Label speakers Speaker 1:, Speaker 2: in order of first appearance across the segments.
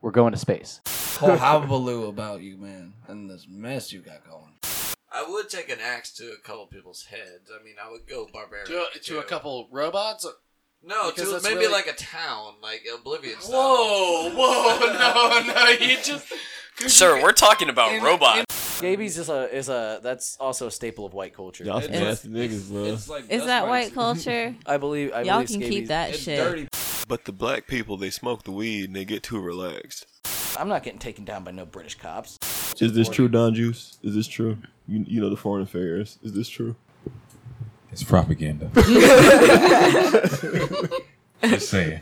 Speaker 1: We're going to space.
Speaker 2: Whole hullabaloo Oh, about you, man, and this mess you got going.
Speaker 3: I would take an axe to a couple people's heads. I mean, I would go barbaric
Speaker 4: To a, to
Speaker 3: too.
Speaker 4: a couple robots?
Speaker 3: No,
Speaker 4: because
Speaker 3: to
Speaker 4: that's
Speaker 3: maybe
Speaker 4: really-
Speaker 3: like a town, like Oblivion style.
Speaker 4: Whoa, whoa, no, no, you just.
Speaker 5: Sir, we're talking about
Speaker 2: In-
Speaker 5: robots.
Speaker 6: Scabies is a is a that's also a staple of white culture.
Speaker 7: Y'all some
Speaker 2: It's-
Speaker 7: nasty niggas, bro.
Speaker 2: It's like
Speaker 8: Is
Speaker 2: dust
Speaker 8: that
Speaker 2: mites.
Speaker 8: white culture?
Speaker 6: I believe I
Speaker 8: Y'all
Speaker 6: believe
Speaker 8: can
Speaker 6: scabies.
Speaker 8: keep that
Speaker 2: It's
Speaker 8: shit.
Speaker 2: dirty.
Speaker 9: But the black people, they smoke the weed and they get too relaxed.
Speaker 6: I'm not getting taken down by no British cops.
Speaker 7: Is this true, Don Juice? Is this true? You, you know the foreign affairs. Is this true?
Speaker 10: It's propaganda. Just saying.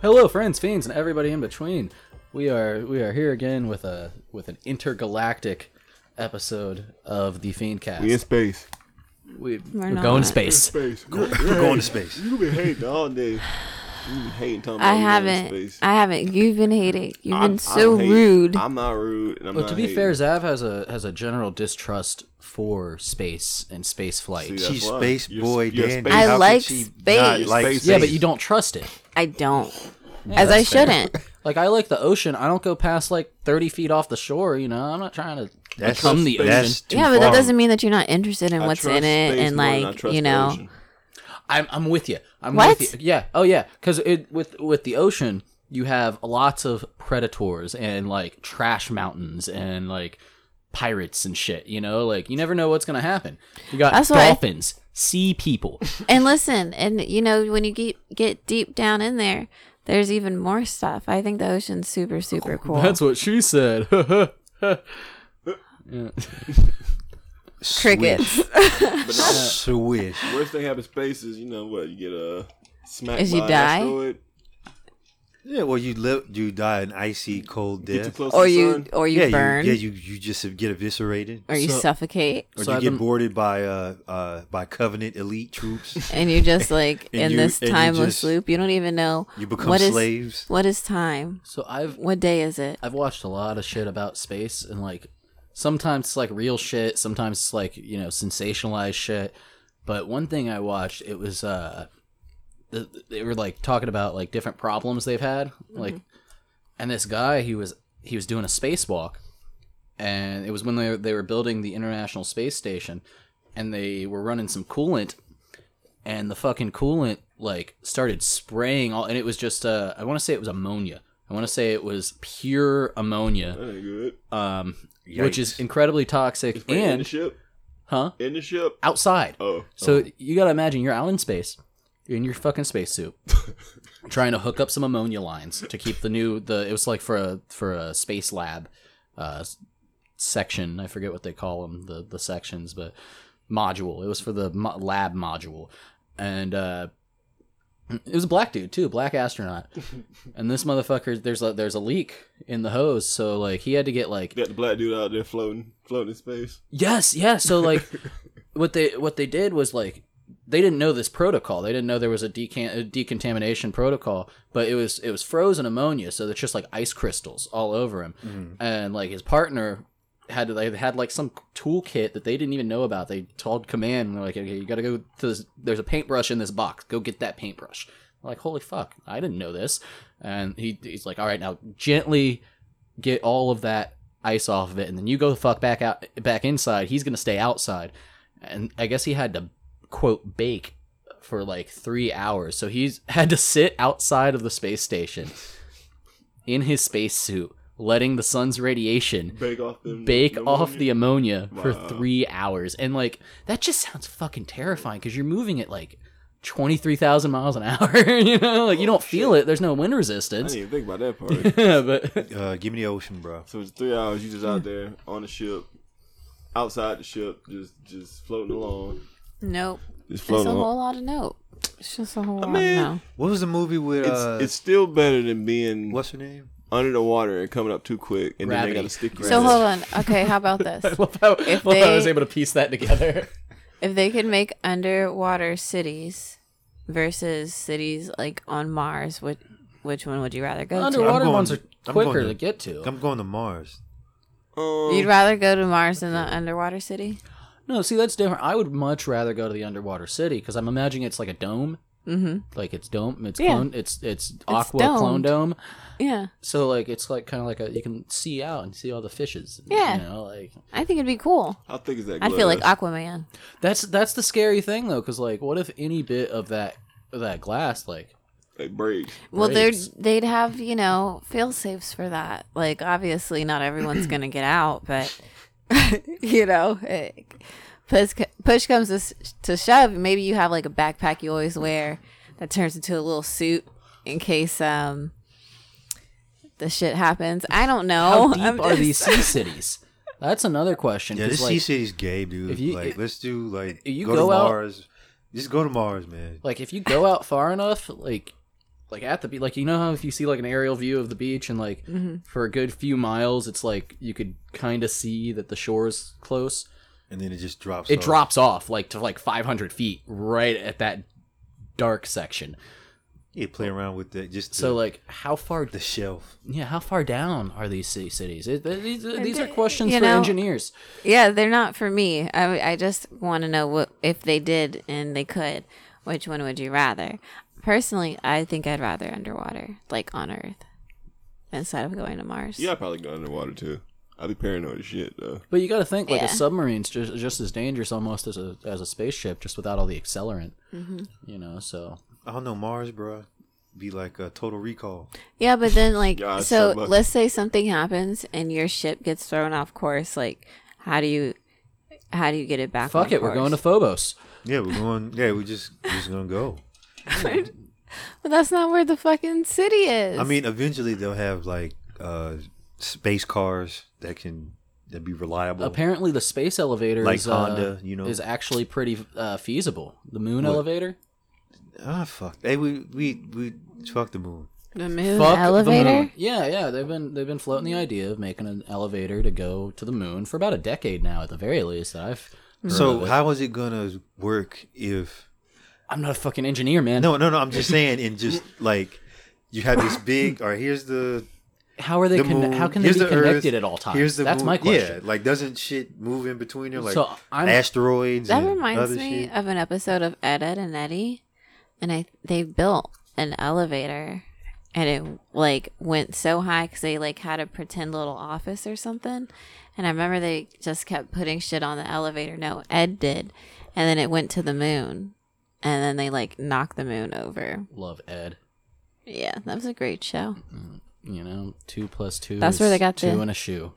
Speaker 1: Hello, friends, fiends, and everybody in between. We are we are here again with a with an intergalactic episode of the Fiendcast.
Speaker 7: We in space.
Speaker 1: we,
Speaker 8: We're
Speaker 1: we're
Speaker 8: not.
Speaker 1: going to space.
Speaker 7: Space. We're going to space. You've been hating all day. You've been hating talking about
Speaker 8: I
Speaker 7: we going to
Speaker 8: haven't.
Speaker 7: space.
Speaker 8: I haven't. You've been hating. You've
Speaker 7: I'm-
Speaker 8: been so
Speaker 7: I'm hating.
Speaker 8: rude.
Speaker 7: I'm not rude. And I'm
Speaker 1: Well,
Speaker 7: not
Speaker 1: to be
Speaker 7: hating.
Speaker 1: fair, Zav has a has a general distrust for space and space
Speaker 7: See,
Speaker 1: flight.
Speaker 7: that's
Speaker 9: She's
Speaker 7: why.
Speaker 9: space
Speaker 7: You're-
Speaker 9: boy,
Speaker 7: you're
Speaker 9: Dan.
Speaker 7: space.
Speaker 8: I
Speaker 9: could
Speaker 8: like
Speaker 9: she
Speaker 8: space.
Speaker 9: not like
Speaker 7: Space.
Speaker 1: yeah, but you don't trust it.
Speaker 8: I don't. As I shouldn't.
Speaker 1: Like I like the ocean. I don't go past like thirty feet off the shore. You know, I'm not trying to
Speaker 9: That's
Speaker 1: become the ocean.
Speaker 9: that's too
Speaker 8: yeah, but that
Speaker 9: far.
Speaker 8: doesn't mean that you're not interested in
Speaker 7: I
Speaker 8: what's
Speaker 7: trust
Speaker 8: in it
Speaker 7: space
Speaker 8: and
Speaker 7: more than I
Speaker 8: like
Speaker 7: trust
Speaker 8: you
Speaker 7: the
Speaker 8: know.
Speaker 7: ocean.
Speaker 1: I'm I'm with you. I'm
Speaker 8: What?
Speaker 1: with you. Yeah. Oh yeah. Because it with with the ocean, you have lots of predators and like trash mountains and like pirates and shit. You know, like you never know what's gonna happen. You got
Speaker 8: That's why-
Speaker 1: dolphins, sea people.
Speaker 8: And listen, and you know when you get get deep down in there, there's even more stuff. I think the ocean's super super cool.
Speaker 1: what she said.
Speaker 8: crickets.
Speaker 7: But no,
Speaker 9: Swish.
Speaker 7: worst thing happens to space is you know what you get a uh, smack.
Speaker 8: Is you
Speaker 7: by an
Speaker 8: die?
Speaker 7: asteroid,
Speaker 9: Yeah, well, you live, you die an icy cold
Speaker 7: Get too
Speaker 9: death.
Speaker 7: close
Speaker 8: or
Speaker 7: to the
Speaker 8: you
Speaker 7: sun.
Speaker 8: or you
Speaker 9: yeah,
Speaker 8: burn Uh,
Speaker 9: You, yeah, you you just get eviscerated,
Speaker 8: or you
Speaker 1: So-
Speaker 8: suffocate
Speaker 9: or
Speaker 1: So
Speaker 9: you
Speaker 1: I've
Speaker 9: get
Speaker 1: been-
Speaker 9: boarded by uh, uh by Covenant elite troops.
Speaker 8: and you're just like
Speaker 9: And
Speaker 8: in
Speaker 9: you-
Speaker 8: this
Speaker 9: and you
Speaker 8: timeless
Speaker 9: just-
Speaker 8: loop. You don't even know
Speaker 9: You become
Speaker 8: what is-
Speaker 9: slaves.
Speaker 8: what is time?
Speaker 1: so I've
Speaker 8: What day is it?
Speaker 1: I've watched a lot of shit about space and like sometimes it's like real shit, sometimes it's like, you know, sensationalized shit. But one thing I watched, it was uh th- they were like talking about like different problems they've had, like and this guy he was he was doing a spacewalk and it was when they were, they were building the International Space Station and they were running some coolant and the fucking coolant like started spraying all and it was just uh I want to say it was ammonia. I want to say it was pure ammonia,
Speaker 7: That ain't good.
Speaker 1: um, which is
Speaker 9: Yikes.
Speaker 1: incredibly toxic
Speaker 7: Wait, in the
Speaker 1: and
Speaker 7: ship,
Speaker 1: huh
Speaker 7: in the ship.
Speaker 1: outside.
Speaker 7: Oh,
Speaker 1: So you gotta imagine you're out in space you're in your fucking spacesuit, trying to hook up some ammonia lines to keep the new the it was like for a for a space lab uh, s- section. I forget what they call them the the sections, but module. It was for the mo- lab module, and uh, it was a black dude too, black astronaut. and this motherfucker, there's a there's a leak in the hose, so like he had to get like
Speaker 7: got the black dude out there floating, floating in space.
Speaker 1: Yes, yeah. So like, what they what they did was like they didn't know this protocol. They didn't know there was a, decan- a decontamination protocol, but it was it was frozen ammonia, so it's just like ice crystals all over him. And like his partner had they had like some toolkit that they didn't even know about. They told command and they're like, okay, you got to go to this. There's a paintbrush in this box. Go get that paintbrush. I'm like, holy fuck, I didn't know this. And he he's like, all right, now gently get all of that ice off of it, and then you go the fuck back out back inside. He's gonna stay outside, and I guess he had to quote bake for like three hours, so he's had to sit outside of the space station in his space suit letting the sun's radiation
Speaker 7: Bake off the
Speaker 1: bake off the ammonia for
Speaker 7: Wow.
Speaker 1: three hours. And like that just sounds fucking terrifying because you're moving at like twenty three thousand miles an hour. you know, like you don't feel it. There's no wind
Speaker 7: I didn't
Speaker 1: resistance.
Speaker 7: even think about that part.
Speaker 1: Yeah, but
Speaker 9: Uh, give me the ocean, bro.
Speaker 7: so it's three hours. You just out there on the ship, outside the ship, just just floating along,
Speaker 8: Nope.
Speaker 7: just
Speaker 8: It's
Speaker 7: floating
Speaker 8: a whole
Speaker 7: along.
Speaker 8: lot of nope. It's just a whole lot
Speaker 7: mean-
Speaker 8: of no.
Speaker 9: What was the movie with?
Speaker 7: It's,
Speaker 9: uh,
Speaker 7: it's still better than being
Speaker 9: what's her name?
Speaker 7: under the water and coming up too quick, and then
Speaker 1: Gravity.
Speaker 7: they got to stick you.
Speaker 8: So
Speaker 7: in.
Speaker 8: hold on. Okay, how about this?
Speaker 1: love how,
Speaker 8: If
Speaker 1: love how I was
Speaker 8: they-
Speaker 1: able to piece that together.
Speaker 8: If they could make underwater cities versus cities like on Mars, which which one would you rather go
Speaker 1: Underwater
Speaker 9: I'm going-
Speaker 1: ones are
Speaker 9: I'm
Speaker 1: quicker
Speaker 9: going
Speaker 1: to
Speaker 9: to-
Speaker 1: get to.
Speaker 9: I'm going to Mars.
Speaker 7: Um,
Speaker 8: to? You'd rather go to Mars than the underwater city?
Speaker 1: No, see that's different. I would much rather go to the underwater city because I'm imagining it's like a dome. Mm-hmm. Like it's dome. It's
Speaker 8: Yeah.
Speaker 1: clone. It's it's aqua clone
Speaker 8: domed.
Speaker 1: dome.
Speaker 8: Yeah.
Speaker 1: So like it's like kind of like a you can see out and see all the fishes. and,
Speaker 8: Yeah.
Speaker 1: You know, like
Speaker 8: I think it'd be cool.
Speaker 7: How thick is that?
Speaker 8: I'd feel like
Speaker 7: glass?
Speaker 8: Aquaman.
Speaker 1: That's that's the scary thing though, because like, what if any bit of that of that glass like
Speaker 7: like breaks.
Speaker 8: Well, they'd
Speaker 1: breaks?
Speaker 8: they'd have you know fail safes for that. Like obviously, not everyone's gonna get out, but you know, it, push push comes to, s- to shove. Maybe you have like a backpack you always wear that turns into a little suit in case um the shit happens. I don't know.
Speaker 1: how deep
Speaker 8: Oh, I'm
Speaker 1: are
Speaker 8: just-
Speaker 1: these sea cities? That's another question.
Speaker 9: Yeah,
Speaker 1: 'cause,
Speaker 9: this
Speaker 1: like,
Speaker 9: sea city's gay, dude.
Speaker 1: if you-
Speaker 9: like,
Speaker 1: if-
Speaker 9: let's do like
Speaker 1: if you
Speaker 9: go,
Speaker 1: go
Speaker 9: to
Speaker 1: out-
Speaker 9: Mars. Just go to Mars, man.
Speaker 1: like if you go out far enough, like like at the beach, like you know how if you see like an aerial view of the beach and like
Speaker 8: Mm-hmm.
Speaker 1: for a good few miles, it's like you could kind of see that the shore's close.
Speaker 9: And then it just drops.
Speaker 1: It
Speaker 9: off.
Speaker 1: drops off like to like 500 feet right at that dark section.
Speaker 9: You play around with that. Just
Speaker 1: So
Speaker 9: the,
Speaker 1: like, how far
Speaker 9: the shelf.
Speaker 1: Yeah, how far down are these city cities? It, th- these these are
Speaker 8: they-
Speaker 1: questions
Speaker 8: you
Speaker 1: for
Speaker 8: know-
Speaker 1: engineers.
Speaker 8: Yeah, they're not for me. I, I just want to know what if they did and they could, which one would you rather? Personally, I think I'd rather underwater, like on Earth, instead of going to Mars.
Speaker 7: Yeah, I probably go underwater too. I'd be paranoid as shit though.
Speaker 1: But you got to think like
Speaker 8: Yeah.
Speaker 1: a submarine's just just as dangerous almost as a as a spaceship, just without all the accelerant.
Speaker 8: Mm-hmm.
Speaker 1: You know, so
Speaker 9: I don't know Mars, bro. Be like a Total Recall.
Speaker 8: Yeah, but then like,
Speaker 7: Yeah, it's
Speaker 8: so
Speaker 7: so much.
Speaker 8: let's say something happens and your ship gets thrown off course. Like, how do you, how do you get it back?
Speaker 1: fuck
Speaker 8: on
Speaker 1: it, we're
Speaker 8: course?
Speaker 1: going to Phobos.
Speaker 9: Yeah, we're going. Yeah, we just we're just gonna go.
Speaker 8: But that's not where the fucking city is.
Speaker 9: I mean, eventually they'll have like uh space cars that can that be reliable.
Speaker 1: Apparently, the space elevator
Speaker 9: Oh. Like
Speaker 1: is, uh,
Speaker 9: Honda, you know.
Speaker 1: is actually pretty uh, feasible. The moon elevator,
Speaker 9: Ah, fuck. Hey, we we we fuck the moon.
Speaker 8: the moon
Speaker 1: Fuck the
Speaker 8: elevator.
Speaker 1: moon. Yeah, yeah, they've been they've been floating the idea of making an elevator to go to the moon for about a decade now, at the very least. That I've
Speaker 8: Mm-hmm.
Speaker 1: heard of
Speaker 9: So
Speaker 1: it.
Speaker 9: how is it gonna work if?
Speaker 1: I'm not a fucking engineer, man.
Speaker 9: No, no, no. I'm just saying, in just like you have this big. Or here's the
Speaker 1: how are they?
Speaker 9: the
Speaker 1: Conne-
Speaker 9: moon.
Speaker 1: how can they
Speaker 9: here's
Speaker 1: be
Speaker 9: the Earth,
Speaker 1: connected at all times?
Speaker 9: Here's the
Speaker 1: That's
Speaker 9: moon.
Speaker 1: my question.
Speaker 9: Yeah, like doesn't shit move in between them? Like
Speaker 1: So, I'm-
Speaker 9: asteroids.
Speaker 8: That
Speaker 9: and
Speaker 8: reminds
Speaker 9: other
Speaker 8: me
Speaker 9: shit?
Speaker 8: of an episode of Ed, Ed and Eddie, and I they built an elevator, and it like went so high because they like had a pretend little office or something, and I remember they just kept putting shit on the elevator. No, Ed did, and then it went to the moon, and then they like knocked the moon over.
Speaker 1: Love Ed.
Speaker 8: Yeah, that was a great show.
Speaker 1: You know, two plus two.
Speaker 8: That's
Speaker 1: is
Speaker 8: where they got
Speaker 1: two
Speaker 8: the-
Speaker 1: and a shoe.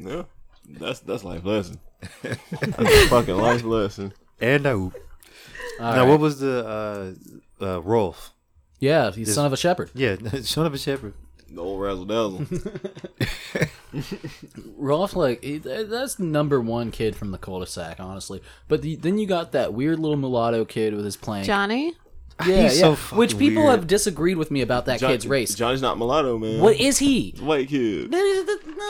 Speaker 7: Yeah, that's that's life lesson. that's a fucking life lesson.
Speaker 9: And I oop.
Speaker 1: All
Speaker 9: now,
Speaker 1: right.
Speaker 9: what was the uh, uh, Rolf?
Speaker 1: Yeah, he's son of a shepherd.
Speaker 9: Yeah, son of a shepherd.
Speaker 7: The old razzle dazzle.
Speaker 1: Rolf, like he, th- that's number one kid from the cul-de-sac, honestly. But the, then you got that weird little mulatto kid with his plank.
Speaker 8: Johnny,
Speaker 1: yeah,
Speaker 9: He's
Speaker 1: yeah.
Speaker 9: so fucking
Speaker 1: Which people
Speaker 9: weird.
Speaker 1: have disagreed with me about that
Speaker 7: John-
Speaker 1: kid's race.
Speaker 7: Johnny's not mulatto, man.
Speaker 1: What is he?
Speaker 7: white kid?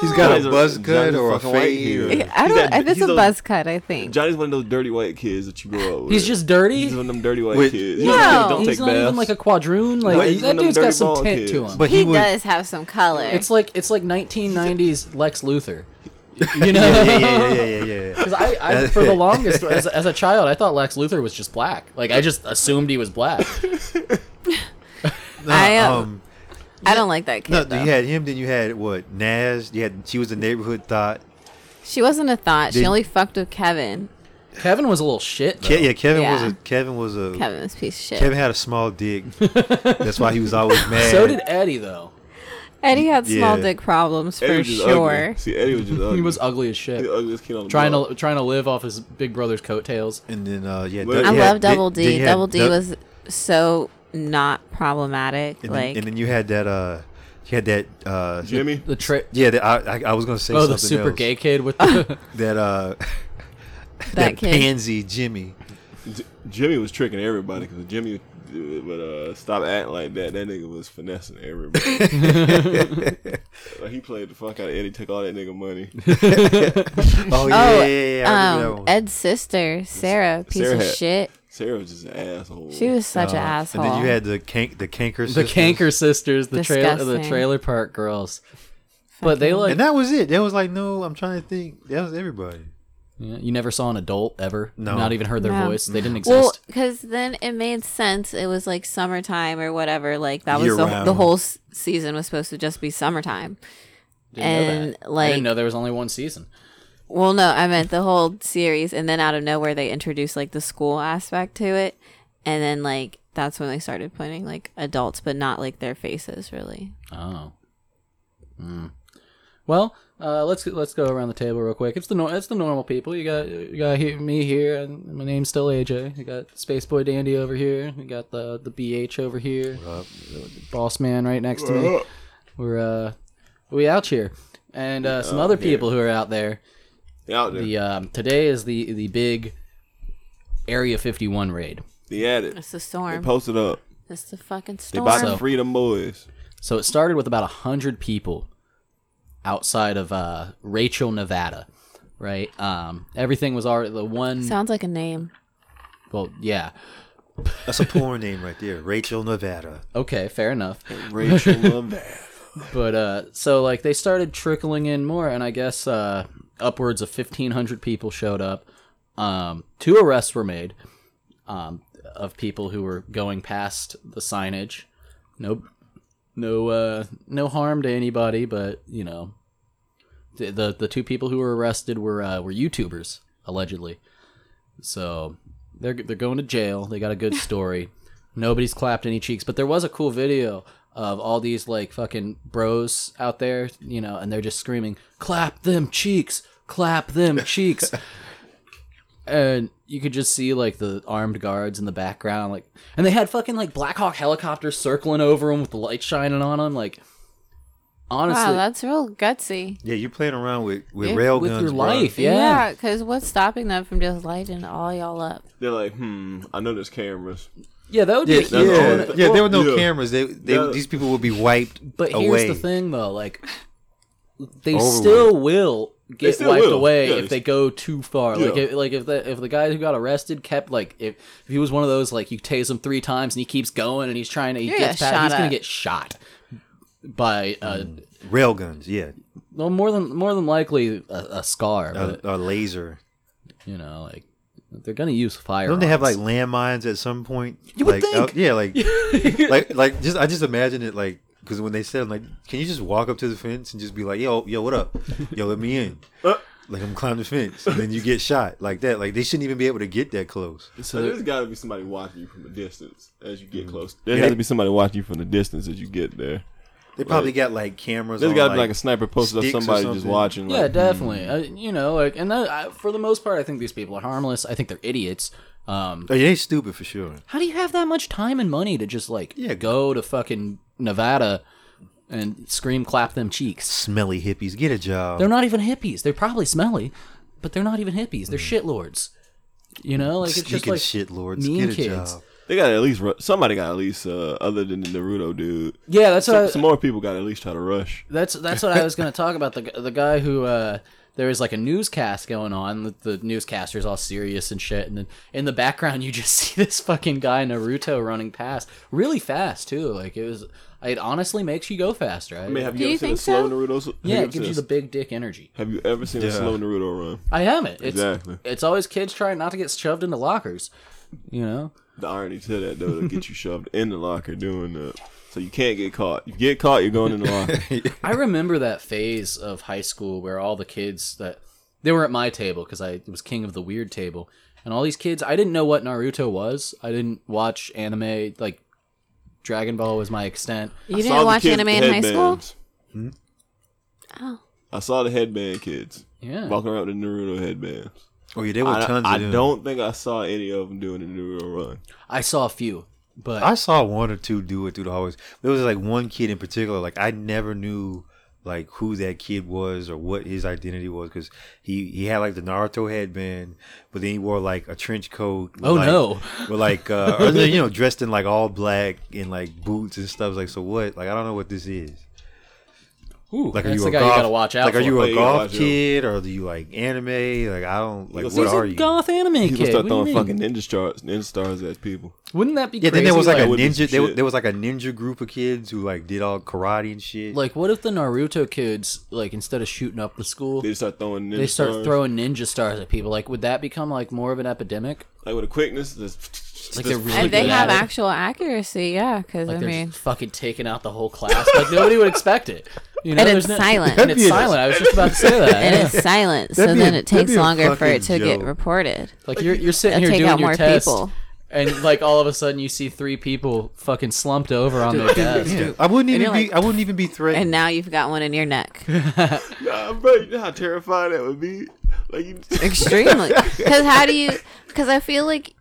Speaker 9: He's got
Speaker 7: Johnny's
Speaker 9: a buzz
Speaker 7: Johnny's
Speaker 9: cut or a
Speaker 7: fucking white
Speaker 9: fade
Speaker 7: kid.
Speaker 9: or-
Speaker 7: He's
Speaker 8: I don't.
Speaker 7: that-
Speaker 8: If it's
Speaker 7: he's
Speaker 8: a
Speaker 7: those-
Speaker 8: buzz cut, I think.
Speaker 7: Johnny's one of those dirty white kids that you grow up with.
Speaker 1: He's just dirty.
Speaker 7: He's one of them dirty white
Speaker 9: Wait,
Speaker 7: kids.
Speaker 8: No.
Speaker 7: You know, don't
Speaker 1: He's
Speaker 7: take
Speaker 1: not
Speaker 7: baths.
Speaker 1: even like a quadroon. Like
Speaker 7: No, he's one
Speaker 1: that
Speaker 7: of them
Speaker 1: dude's
Speaker 7: dirty
Speaker 1: got some
Speaker 7: bald
Speaker 1: tint to
Speaker 7: kids.
Speaker 1: him.
Speaker 9: But
Speaker 8: he
Speaker 9: he, would.
Speaker 8: does have some color.
Speaker 1: it's like it's like 1990s Lex Luthor. You know.
Speaker 9: Yeah, yeah, yeah, yeah, yeah, yeah, yeah.
Speaker 1: 'Cause I, I, for the longest, as, as a child, I thought Lex Luthor was just black. Like I just assumed he was black.
Speaker 9: No,
Speaker 8: I, um,
Speaker 9: um,
Speaker 8: I don't like that kid.
Speaker 9: no,
Speaker 8: though.
Speaker 9: you had him. Then you had what? Nas. You had. She was a neighborhood thought.
Speaker 8: She wasn't a thought. She
Speaker 9: Did-
Speaker 8: only fucked with Kevin.
Speaker 1: Kevin was a little shit.
Speaker 9: Ke- yeah, Kevin
Speaker 8: Yeah.
Speaker 9: was a. Kevin was a. Kevin,
Speaker 8: Kevin's piece of shit.
Speaker 9: had a small dick. That's why he was always mad.
Speaker 1: So did Eddie though.
Speaker 8: Eddie had small
Speaker 9: Yeah.
Speaker 8: dick problems
Speaker 7: Eddie
Speaker 8: for
Speaker 7: was just ugly.
Speaker 8: sure.
Speaker 7: See, Eddie was just ugly.
Speaker 1: He was ugly as
Speaker 7: He
Speaker 1: shit.
Speaker 7: the ugliest kid on the
Speaker 1: Trying
Speaker 7: block.
Speaker 1: to trying to live off his big brother's coattails.
Speaker 9: And then uh, yeah,
Speaker 7: Well,
Speaker 9: Dud-
Speaker 8: I
Speaker 9: you
Speaker 7: Yeah,
Speaker 8: love
Speaker 9: had- then-
Speaker 8: Double
Speaker 9: then
Speaker 8: D.
Speaker 9: you had
Speaker 8: Double D
Speaker 9: Dud-
Speaker 8: was so not problematic.
Speaker 9: and then,
Speaker 8: like
Speaker 9: and then you had that uh, you had that uh,
Speaker 7: Jimmy.
Speaker 1: The tri-
Speaker 9: yeah. That, I, I I was gonna say
Speaker 1: Oh,
Speaker 9: something
Speaker 1: the super
Speaker 9: else.
Speaker 1: gay kid with the
Speaker 9: that uh that,
Speaker 8: kid.
Speaker 9: pansy Jimmy.
Speaker 7: J- Jimmy was tricking everybody because Jimmy would uh, stop acting like that. That nigga was finessing everybody. like, he played the fuck out of Eddie, took all that nigga money.
Speaker 9: Oh
Speaker 8: oh,
Speaker 9: yeah, yeah, yeah, I remember that
Speaker 8: um,
Speaker 9: one.
Speaker 8: Ed's sister Sarah, piece
Speaker 7: Sarah
Speaker 8: of
Speaker 7: had-
Speaker 8: shit.
Speaker 7: Sarah was just an asshole.
Speaker 8: She was such
Speaker 9: Uh,
Speaker 8: an asshole.
Speaker 9: And then you had the cank the canker
Speaker 1: the
Speaker 9: sisters.
Speaker 1: canker sisters, the trailer the
Speaker 8: Disgusting.
Speaker 1: trailer park girls. But they like
Speaker 9: And that was it. That was like no, I'm trying to think. That was everybody.
Speaker 1: Yeah, you never saw an adult ever.
Speaker 9: No.
Speaker 1: Not even heard their
Speaker 8: No.
Speaker 1: voice. They didn't
Speaker 8: Well,
Speaker 1: exist.
Speaker 8: because then it made sense. It was like summertime or whatever. Like that was
Speaker 9: Year
Speaker 8: the,
Speaker 9: round.
Speaker 8: the whole s- season was supposed to just be summertime.
Speaker 1: Didn't know
Speaker 8: and
Speaker 1: that. I
Speaker 8: like,
Speaker 1: didn't know there was only one season.
Speaker 8: well, no, I meant the whole series. And then out of nowhere, they introduced like the school aspect to it. And then like that's when they started putting like adults, but not like their faces really.
Speaker 1: Oh. Mm. Well, uh, let's let's go around the table real quick. It's the nor- it's the normal people. You got you got he- me here, and my name's still AJ. You got Space Boy Dandy over here. You got the the BH over here. Boss man right next to me. We're uh we out here, and uh, some other people who are out there.
Speaker 7: Out there.
Speaker 1: The um, today is the the big Area 51 raid.
Speaker 7: they had it.
Speaker 8: It's the
Speaker 7: They
Speaker 8: storm.
Speaker 7: posted up.
Speaker 8: it's the fucking
Speaker 7: They
Speaker 8: storm.
Speaker 7: bought the
Speaker 1: So-
Speaker 7: Freedom Boys.
Speaker 1: So it started with about a hundred people outside of uh, Rachel, Nevada, right? Um, everything was already the one.
Speaker 8: Sounds like a name.
Speaker 1: well, yeah,
Speaker 9: That's a porn name right there. Rachel Nevada.
Speaker 1: okay, fair enough.
Speaker 7: Rachel Lambert.
Speaker 1: But uh, so like they started trickling in more, and I guess uh, upwards of fifteen hundred people showed up. Um, two arrests were made um, of people who were going past the signage. No, no, uh, no harm to anybody, but you know, the the, the two people who were arrested were uh, were YouTubers allegedly. So they're they're going to jail. They got a good story. Nobody's clapped any cheeks, but there was a cool video of all these like fucking bros out there, you know, and they're just screaming, "Clap them cheeks, clap them cheeks." and you could just see like the armed guards in the background like and they had fucking like Black Hawk helicopters circling over them with the light shining on them like honestly
Speaker 8: Wow, that's real gutsy.
Speaker 9: Yeah, you're playing around with with
Speaker 8: Yeah,
Speaker 9: rail
Speaker 1: with
Speaker 9: guns,
Speaker 1: your
Speaker 9: bruh.
Speaker 1: life, yeah.
Speaker 8: Yeah, because what's stopping them from just lighting all y'all up?
Speaker 7: They're like, hmm, I know there's cameras.
Speaker 1: Yeah, that would be
Speaker 9: Yeah,
Speaker 1: a
Speaker 9: yeah,
Speaker 1: huge
Speaker 9: yeah,
Speaker 1: one.
Speaker 9: There were no
Speaker 7: Yeah.
Speaker 9: cameras. They, they
Speaker 7: No.
Speaker 9: these people would be wiped
Speaker 1: But here's
Speaker 9: away.
Speaker 1: the thing, though, like they
Speaker 9: Over
Speaker 1: still will get
Speaker 7: still
Speaker 1: wiped
Speaker 7: will.
Speaker 1: away
Speaker 7: Yeah,
Speaker 1: if
Speaker 7: it's-
Speaker 1: they go too far. Like,
Speaker 7: Yeah.
Speaker 1: if, like if the if the guy who got arrested kept like if, if he was one of those like you tase him three times and he keeps going and he's trying to he
Speaker 8: You're
Speaker 1: gets
Speaker 8: gonna
Speaker 1: past,
Speaker 8: shot
Speaker 1: he's gonna
Speaker 8: at.
Speaker 1: get shot by uh
Speaker 9: Rail guns, yeah,
Speaker 1: well more than more than likely a, a scar,
Speaker 9: a,
Speaker 1: but
Speaker 9: a laser.
Speaker 1: you know like they're gonna use fire.
Speaker 9: Don't they have like landmines at some point?
Speaker 1: You would
Speaker 9: like, out-
Speaker 1: think.
Speaker 9: yeah, like, like, like, just I just imagine it like because when they said like, can you just walk up to the fence and just be like, yo, yo, what up? Yo, let me in.
Speaker 1: Uh.
Speaker 9: like I'm climbing the fence, and then you get shot like that. Like they shouldn't even be able to get that close.
Speaker 7: So there's got to be somebody watching you from a distance as you get close. There
Speaker 9: Yeah.
Speaker 7: has to be somebody watching you from the distance as you get there.
Speaker 9: They probably got like cameras.
Speaker 7: There's
Speaker 9: on,
Speaker 7: got to be like a sniper posted up
Speaker 9: sticks or
Speaker 7: somebody just
Speaker 9: something.
Speaker 7: watching. Like,
Speaker 1: Yeah, definitely. Uh you know, like, and that, I, for the most part, I think these people are harmless. I think they're idiots. Um,
Speaker 9: Oh, yeah, they stupid for sure.
Speaker 1: How do you have that much time and money to just like
Speaker 9: Yeah.
Speaker 1: go to fucking Nevada and scream clap them cheeks?
Speaker 9: Smelly hippies, get a job.
Speaker 1: They're not even hippies. They're probably smelly, but they're not even hippies. They're
Speaker 7: Mm.
Speaker 1: shitlords. You know, like it's just
Speaker 9: Sneaking
Speaker 1: like
Speaker 9: shit lords,
Speaker 1: mean
Speaker 9: get a
Speaker 1: kids.
Speaker 9: job.
Speaker 7: They got to at least ru- somebody got at least uh, other than the Naruto dude.
Speaker 1: Yeah, that's
Speaker 7: Some,
Speaker 1: what
Speaker 7: some
Speaker 1: I,
Speaker 7: more people got to at least try to rush.
Speaker 1: that's that's what I was gonna talk about. The g- the guy who uh, there was like a newscast going on. The, the newscaster's all serious and shit, and then in the background you just see this fucking guy Naruto running past really fast too. Like it was, it honestly makes you go faster. I,
Speaker 7: I mean, have
Speaker 8: Do
Speaker 7: you ever
Speaker 8: you
Speaker 7: seen a
Speaker 8: think
Speaker 7: slow
Speaker 8: so?
Speaker 7: Naruto? s- have you
Speaker 1: Yeah,
Speaker 7: ever
Speaker 1: it gives
Speaker 7: seen
Speaker 1: you the
Speaker 7: a-
Speaker 1: big dick energy.
Speaker 7: Have you ever seen a
Speaker 9: Yeah.
Speaker 7: slow Naruto run?
Speaker 1: I haven't. It's,
Speaker 7: Exactly.
Speaker 1: It's always kids trying not to get shoved into lockers. You know,
Speaker 7: The irony to that though, to get you shoved in the locker doing that, so you can't get caught. You get caught, you're going in the locker.
Speaker 1: I remember that phase of high school where all the kids that they were at my table because I was king of the weird table, and all these kids. I didn't know what Naruto was. I didn't watch anime. Like Dragon Ball was my extent.
Speaker 8: You
Speaker 7: Saw the
Speaker 8: didn't watch
Speaker 7: kids
Speaker 8: anime
Speaker 7: with
Speaker 8: in high school?
Speaker 7: headbands.
Speaker 8: Oh.
Speaker 7: I saw the headband kids
Speaker 1: Yeah.
Speaker 7: walking around with the Naruto headbands.
Speaker 9: Oh yeah, there were
Speaker 7: I,
Speaker 9: tons.
Speaker 7: I
Speaker 9: of them.
Speaker 7: don't think I saw any of them doing the Naruto run.
Speaker 1: I saw a few, but
Speaker 9: I saw one or two do it through the hallways. There was like one kid in particular. Like I never knew like who that kid was or what his identity was because he he had like the Naruto headband, but then he wore like a trench coat. with,
Speaker 1: Oh,
Speaker 9: like-
Speaker 1: no.
Speaker 9: With like uh, or, you know dressed in like all black and like boots and stuff. Like so what? Like I don't know what this is.
Speaker 1: Ooh,
Speaker 9: Like are
Speaker 1: that's the
Speaker 9: you a
Speaker 1: guy
Speaker 9: golf?
Speaker 1: you gotta watch out
Speaker 9: like are
Speaker 1: for.
Speaker 9: you
Speaker 7: Yeah,
Speaker 9: a
Speaker 7: you gotta
Speaker 9: golf
Speaker 7: watch out.
Speaker 9: kid or do you like anime? Like I don't like
Speaker 7: He's
Speaker 9: what
Speaker 7: a
Speaker 9: are
Speaker 1: He's
Speaker 9: you?
Speaker 1: a goth anime
Speaker 7: He's
Speaker 1: kid.
Speaker 7: gonna start
Speaker 1: What do you
Speaker 7: throwing
Speaker 1: mean?
Speaker 7: fucking ninja stars, ninja stars at people.
Speaker 1: Wouldn't that be? Crazy?
Speaker 9: yeah, then there was like,
Speaker 1: like
Speaker 9: a
Speaker 7: would be some
Speaker 9: ninja. There,
Speaker 7: shit.
Speaker 9: there was like a ninja group of kids who like did all karate and shit.
Speaker 1: Like, what if the Naruto kids, like, instead of shooting up the school,
Speaker 7: They
Speaker 1: they,
Speaker 7: just start throwing ninja
Speaker 1: start
Speaker 7: stars.
Speaker 1: throwing ninja stars at people? Like, would that become like more of an epidemic?
Speaker 7: like with a quickness. Just,
Speaker 1: Like they're really
Speaker 8: And they
Speaker 1: good
Speaker 8: have
Speaker 1: at it.
Speaker 8: actual accuracy, yeah, because
Speaker 1: Like
Speaker 8: I
Speaker 1: they're
Speaker 8: mean,
Speaker 1: just fucking taking out the whole class. Like nobody would expect it. You know,
Speaker 8: And
Speaker 1: there's
Speaker 8: it's silent.
Speaker 1: And
Speaker 9: That'd be
Speaker 1: it's
Speaker 9: a-
Speaker 1: silent. I was just about to say
Speaker 8: it
Speaker 1: that.
Speaker 8: is silent, so
Speaker 9: That'd be a-
Speaker 8: then it
Speaker 9: that'd
Speaker 8: takes
Speaker 9: be a
Speaker 8: longer for it to
Speaker 9: fucking
Speaker 8: get
Speaker 9: joke.
Speaker 8: reported.
Speaker 1: Like you're you're sitting here
Speaker 8: They'll take
Speaker 1: doing
Speaker 8: out
Speaker 1: your
Speaker 8: more
Speaker 1: test,
Speaker 8: people.
Speaker 1: and like all of a sudden you see three people fucking slumped over on their desk.
Speaker 9: Yeah. I wouldn't
Speaker 8: And
Speaker 9: even
Speaker 8: you're
Speaker 9: be. I wouldn't even be threatened.
Speaker 8: And now you've got one in your neck.
Speaker 7: nah, bro, you know how terrifying that would be. Like you,
Speaker 8: Extremely. Because how do you. Because I feel like.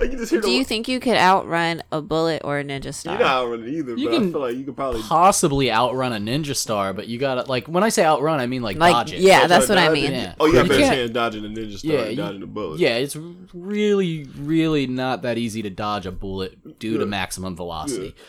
Speaker 7: like you just hear
Speaker 8: Do
Speaker 7: the.
Speaker 8: you think you could outrun a bullet or a ninja star?
Speaker 7: You're not running either,
Speaker 1: You
Speaker 7: but I
Speaker 1: can
Speaker 7: feel like you could probably.
Speaker 1: Possibly outrun a ninja star, but you gotta like when I say outrun, I mean like,
Speaker 8: like,
Speaker 1: dodge it.
Speaker 8: yeah,
Speaker 7: Like,
Speaker 8: that's what I
Speaker 7: dodge it.
Speaker 8: mean.
Speaker 1: Yeah.
Speaker 7: Oh, you got a
Speaker 1: You
Speaker 7: better
Speaker 1: can't-
Speaker 7: chance dodging a ninja star
Speaker 1: Yeah,
Speaker 7: than
Speaker 1: you-
Speaker 7: dodging a bullet.
Speaker 1: Yeah, it's really, really not that easy to dodge a bullet due to
Speaker 7: Yeah.
Speaker 1: maximum velocity.
Speaker 7: Yeah.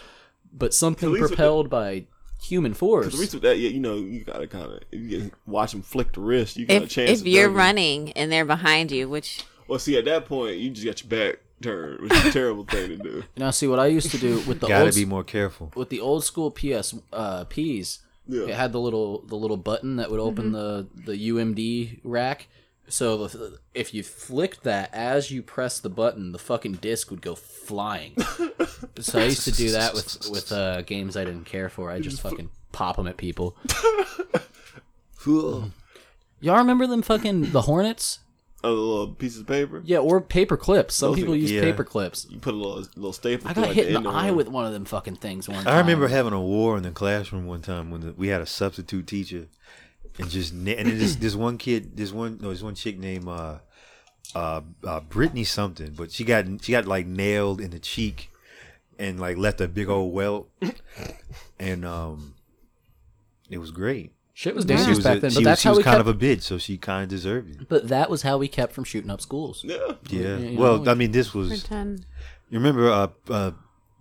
Speaker 1: But
Speaker 7: At
Speaker 1: something
Speaker 7: least with
Speaker 1: propelled by human
Speaker 7: The
Speaker 1: force.
Speaker 7: reason with that, yeah, you know, you gotta kind of if you get, watch him flick the wrist. You got a
Speaker 8: If,
Speaker 7: chance.
Speaker 8: if
Speaker 7: of
Speaker 8: you're
Speaker 7: ducking.
Speaker 8: running and they're behind you, which.
Speaker 7: well, see, at that point, you just got your back turned, which is a terrible thing to do.
Speaker 1: Now, see what I used to do with the
Speaker 9: Gotta
Speaker 1: old
Speaker 9: be more careful.
Speaker 1: with the old school PS uh, Ps.
Speaker 7: Yeah.
Speaker 1: It had the little the little button that would open the the UMD rack. So the, if you flicked that as you pressed the button, the fucking disc would go flying. so I used to do that with with uh, games I didn't care for. I just fucking pop them at people. Y'all remember them fucking the Hornets?
Speaker 7: Other little pieces of paper.
Speaker 1: Yeah, or paper clips. Some people use
Speaker 9: yeah.
Speaker 1: paper clips.
Speaker 7: You put a little little staple.
Speaker 1: I
Speaker 7: through,
Speaker 1: got
Speaker 7: like,
Speaker 1: hit in
Speaker 7: end
Speaker 1: the
Speaker 7: of
Speaker 1: eye
Speaker 7: one.
Speaker 1: with one of them fucking things one time.
Speaker 9: I remember having a war in the classroom one time when the, we had a substitute teacher, and just na- and then this this one kid, this one no, this one chick named uh, uh, uh, Brittany something, but she got she got like nailed in the cheek, and like left a big old welt, and um, it was great.
Speaker 1: Shit was
Speaker 9: She
Speaker 1: dangerous
Speaker 9: was,
Speaker 1: back
Speaker 9: a-
Speaker 1: then,
Speaker 9: she
Speaker 1: but
Speaker 9: was-
Speaker 1: that's
Speaker 9: she
Speaker 1: how
Speaker 9: was
Speaker 1: we
Speaker 9: kind
Speaker 1: kept
Speaker 9: of a bitch, so she kind of deserved it.
Speaker 1: But that was how we kept from shooting up schools.
Speaker 7: Yeah.
Speaker 9: Yeah.
Speaker 1: you
Speaker 9: well,
Speaker 1: know,
Speaker 9: I mean, this was you remember uh, uh,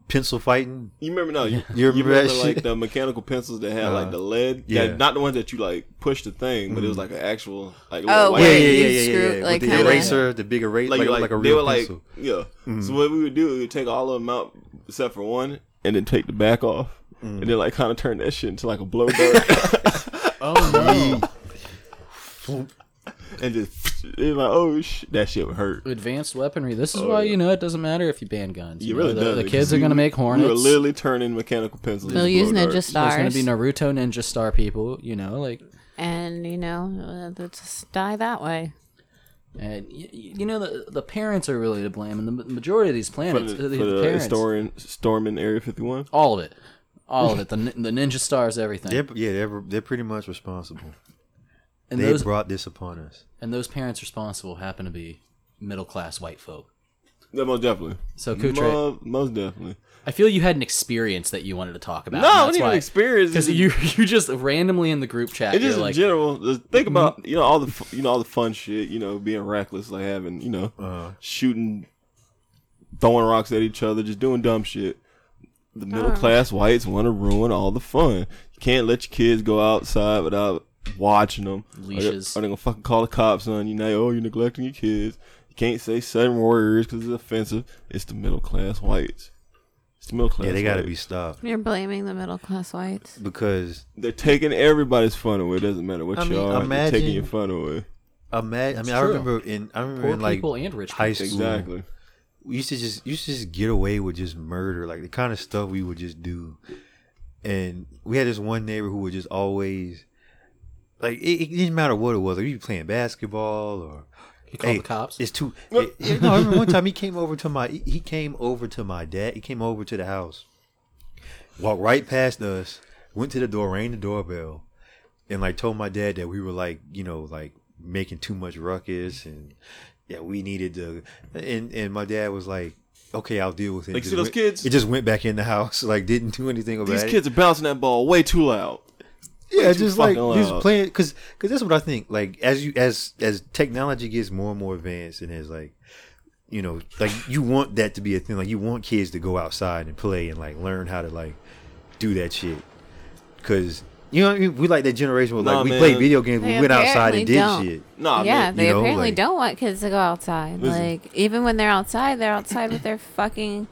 Speaker 9: pencil fighting.
Speaker 7: You remember no? You,
Speaker 9: You remember that shit? Uh,
Speaker 7: like the mechanical pencils that had like the lead?
Speaker 9: yeah. Mm.
Speaker 7: Yeah. Not the ones that you like push the thing, but it was like an actual like.
Speaker 8: Oh,
Speaker 7: little
Speaker 8: wait.
Speaker 7: white-
Speaker 9: yeah, yeah,
Speaker 8: you
Speaker 9: yeah, yeah,
Speaker 8: screw-
Speaker 9: yeah, yeah.
Speaker 8: like,
Speaker 9: With the
Speaker 8: kinda-
Speaker 9: eraser, the big eraser,
Speaker 7: Like,
Speaker 9: like,
Speaker 7: you,
Speaker 9: like,
Speaker 7: like,
Speaker 9: a
Speaker 7: they were
Speaker 9: real
Speaker 7: like
Speaker 9: pencil. Mm.
Speaker 7: yeah. So what we would do, we would take all of them out except for one, and then take the back off, and
Speaker 9: Mm.
Speaker 7: then like kind of turn that shit into like a blow dart,
Speaker 1: Oh
Speaker 7: and just it was like oh sh- that shit would hurt.
Speaker 1: no! Advanced weaponry. This is why you know it doesn't matter if you ban guns.
Speaker 7: It
Speaker 1: You
Speaker 7: really
Speaker 1: know, the,
Speaker 7: does.
Speaker 1: the kids are gonna make
Speaker 7: You're
Speaker 1: hornets.
Speaker 7: literally turning mechanical pencils.
Speaker 8: They'll
Speaker 7: into
Speaker 8: use
Speaker 7: blow
Speaker 8: ninja
Speaker 7: darts.
Speaker 1: There's gonna
Speaker 8: stars.
Speaker 1: be Naruto ninja star people. You know, like
Speaker 8: and, you know, uh, just die that way.
Speaker 1: and y- y- you know the the parents are really to blame, and the ma- majority of these
Speaker 7: For
Speaker 1: planets, uh,
Speaker 7: the,
Speaker 1: the,
Speaker 7: for
Speaker 1: the
Speaker 7: the
Speaker 1: parents,
Speaker 7: historian, storming Area 51.
Speaker 1: all of it, all of it. The nin- the ninja stars, everything.
Speaker 9: They're, yeah, they're, they're pretty much responsible.
Speaker 1: And
Speaker 9: they
Speaker 1: those
Speaker 9: brought this upon us.
Speaker 1: and those parents responsible happen to be middle class white folk.
Speaker 7: Yeah, most definitely.
Speaker 1: So Kutre,
Speaker 7: Mo- most definitely.
Speaker 1: I feel you had an experience that you wanted to talk about.
Speaker 7: No, I
Speaker 1: and
Speaker 7: don't
Speaker 1: that's
Speaker 7: even
Speaker 1: why-
Speaker 7: experience.
Speaker 1: because you you just randomly in the group chat.
Speaker 7: It just
Speaker 1: you're
Speaker 7: in
Speaker 1: like,
Speaker 7: general. Just think
Speaker 9: Mm-hmm.
Speaker 7: about you know all the fu- you know all the fun shit. You know, being reckless, like having you know
Speaker 9: Uh-huh.
Speaker 7: shooting, throwing rocks at each other, just doing dumb shit. The middle class whites want to ruin all the fun. You can't let your kids go outside without watching them.
Speaker 1: Leashes.
Speaker 7: Or they- or they gonna fucking call the cops on you now? Oh, you're neglecting your kids. You can't say certain words because it's offensive. It's the middle class whites. It's the middle class.
Speaker 9: Yeah, they got to
Speaker 7: whites.
Speaker 9: be stopped
Speaker 8: You're blaming the middle class whites.
Speaker 9: because
Speaker 7: They're taking everybody's fun away. It doesn't matter what
Speaker 9: I
Speaker 7: you
Speaker 9: mean,
Speaker 7: are. They're taking
Speaker 9: imagine-
Speaker 7: your fun away.
Speaker 9: imagine. I mean, I
Speaker 1: true.
Speaker 9: remember in I remember
Speaker 1: Poor
Speaker 9: in like
Speaker 1: people and rich
Speaker 9: high
Speaker 1: people.
Speaker 9: school,
Speaker 7: Exactly.
Speaker 9: we used to just used to just get away with just murder, like the kind of stuff we would just do. And we had this one neighbor who would just always, like, it, it didn't matter what it was. Like, you playing basketball or
Speaker 1: He called the cops.
Speaker 9: It's too. it- it- no, I remember one time he came over to my. He he came over to my dad. He came over to the house. Walked right past us. went to the door, rang the doorbell, and like told my dad that we were like, you know, like making too much ruckus and that we needed to. And and my dad was like, okay, I'll deal with it.
Speaker 7: Like,
Speaker 9: Just
Speaker 7: see those
Speaker 9: went-
Speaker 7: kids?
Speaker 9: It just went back in the house, like didn't do anything about
Speaker 7: These
Speaker 9: it.
Speaker 7: kids are bouncing that ball way too loud.
Speaker 9: yeah,
Speaker 7: way too
Speaker 9: just like
Speaker 7: fucking
Speaker 9: just
Speaker 7: loud.
Speaker 9: playing because because that's what I think. Like as you as as technology gets more and more advanced, and as like you know, like you want that to be a thing. Like you want kids to go outside and play and like learn how to like do that shit. Because you know, what I mean? we like that generation where like
Speaker 7: Nah,
Speaker 9: we
Speaker 7: man.
Speaker 9: played video games, we
Speaker 8: They
Speaker 9: went outside and
Speaker 8: apparently
Speaker 9: did
Speaker 8: don't.
Speaker 9: shit.
Speaker 7: Nah,
Speaker 8: yeah,
Speaker 7: man.
Speaker 8: they
Speaker 9: you know,
Speaker 8: apparently
Speaker 9: like-
Speaker 8: don't want kids to go outside.
Speaker 7: Listen.
Speaker 8: like even when they're outside, they're outside with their fucking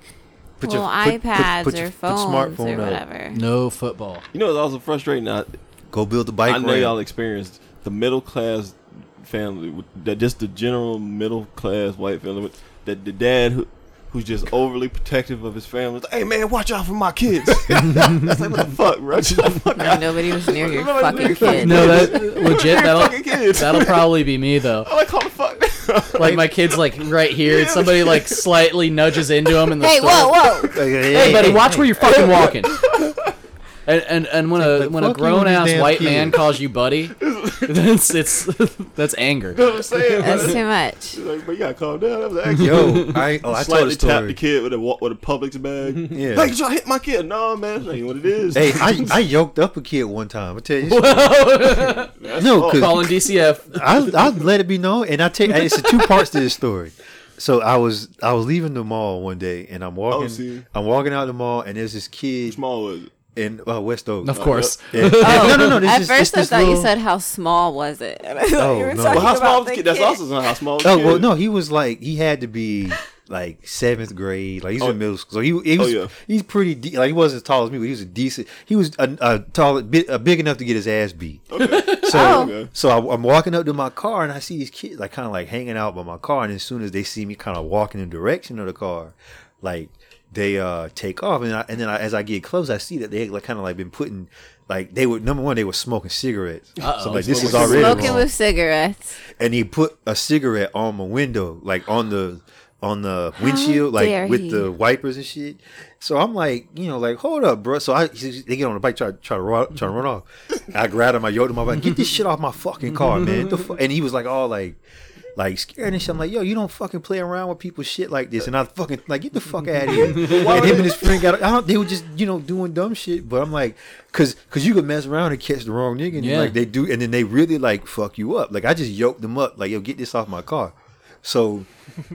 Speaker 9: Put your-
Speaker 8: little
Speaker 9: put- put-
Speaker 8: iPads
Speaker 9: put
Speaker 8: or
Speaker 9: your- put
Speaker 8: phones
Speaker 9: smartphone
Speaker 8: or
Speaker 9: up.
Speaker 8: whatever.
Speaker 1: No football.
Speaker 7: You know, it's also frustrating. I,
Speaker 9: Go build the bike.
Speaker 7: I know y'all
Speaker 9: ramp.
Speaker 7: experienced the middle class family, with- that just the general middle class white family, with- that the dad who, who's just overly protective of his family. It's like, hey man, watch out for my kids. That's like what the fuck, bro? Shut the fuck
Speaker 8: Like
Speaker 7: up.
Speaker 8: nobody was near your
Speaker 7: Nobody's near
Speaker 8: fucking
Speaker 7: your fucking
Speaker 8: kid.
Speaker 1: No, that legit. That'll,
Speaker 7: fucking kids.
Speaker 1: that'll probably be me though.
Speaker 7: I'm like, how the fuck?
Speaker 1: Like my kid's like right here, and somebody like slightly nudges into him in the
Speaker 8: Hey,
Speaker 1: store.
Speaker 8: whoa, whoa!
Speaker 9: Like,
Speaker 1: Hey, buddy, watch where you're fucking walking. And, and, and when a
Speaker 9: Like,
Speaker 1: when a
Speaker 9: fuck you and
Speaker 1: grown ass
Speaker 9: these damn
Speaker 1: white man
Speaker 9: kids.
Speaker 1: calls you buddy, that's it's that's anger.
Speaker 7: You know what I'm saying?
Speaker 8: That's too much.
Speaker 7: Like, but you gotta calm down. That was an accident.
Speaker 9: Yo, I oh, I told a
Speaker 7: Slightly tapped
Speaker 9: story.
Speaker 7: the kid with a wa- with a Publix bag.
Speaker 9: Yeah.
Speaker 7: Hey, did y'all hit my kid? No, man, that ain't what it is.
Speaker 9: Hey, I, I yoked up a kid one time. I tell you, something.
Speaker 1: Calling
Speaker 9: no,
Speaker 7: Oh.
Speaker 9: because
Speaker 1: DCF.
Speaker 9: I I let it be known, and I take it's two parts to this story. So I was I was leaving the mall one day, and I'm walking
Speaker 7: Oh, see.
Speaker 9: I'm walking out the mall, and there's this kid
Speaker 7: small was it?
Speaker 9: in uh, West Oak.
Speaker 1: Of course.
Speaker 9: And- no, no, no. This
Speaker 8: Oh, At
Speaker 9: is,
Speaker 8: first, I
Speaker 9: this, this
Speaker 8: thought
Speaker 9: little,
Speaker 8: you said how small was it. And I thought
Speaker 9: Oh,
Speaker 8: you were
Speaker 9: no.
Speaker 8: talking
Speaker 7: Well, how small
Speaker 8: about
Speaker 7: was the
Speaker 8: the
Speaker 7: kid? That's
Speaker 8: kid.
Speaker 7: also not how small. was
Speaker 9: Oh
Speaker 7: the
Speaker 9: well,
Speaker 7: kid.
Speaker 9: no, he was like he had to be like seventh grade, like he's
Speaker 7: Oh.
Speaker 9: in middle school. So he, he was
Speaker 7: Oh, yeah.
Speaker 9: he's pretty de- like he wasn't as tall as me, but he was a decent. He was a, a tall, bit, uh big enough to get his ass beat. So
Speaker 7: Oh.
Speaker 9: so I, I'm walking up to my car and I see these kids like kind of like hanging out by my car, and as soon as they see me kind of walking in the direction of the car, like they uh take off and I, and then I, as I get close, I see that they like kind of like been putting. Like they were number one, they were smoking cigarettes. So like this is already
Speaker 8: Smoking
Speaker 9: wrong
Speaker 8: with cigarettes.
Speaker 9: and he put a cigarette on my window, like on the on the
Speaker 8: How
Speaker 9: windshield,
Speaker 8: dare
Speaker 9: like with
Speaker 8: he.
Speaker 9: the wipers and shit. So I'm like, you know, like hold up, bro. So I they get on the bike, try try to run, try to run off. I grabbed him, I yelled at my bike, get this shit off my fucking car, man. The fu-" And he was like, all like. Like scared and shit. I'm like, yo, you don't fucking play around with people's shit like this. And I fucking like, get the fuck out of here. and him and his friend got. I don't. They were just you know doing dumb shit. But I'm like, cause cause you could mess around and catch the wrong nigga. And
Speaker 1: Yeah.
Speaker 9: like they do, and then they really like fuck you up. Like I just yoked them up. Like yo, get this off my car. So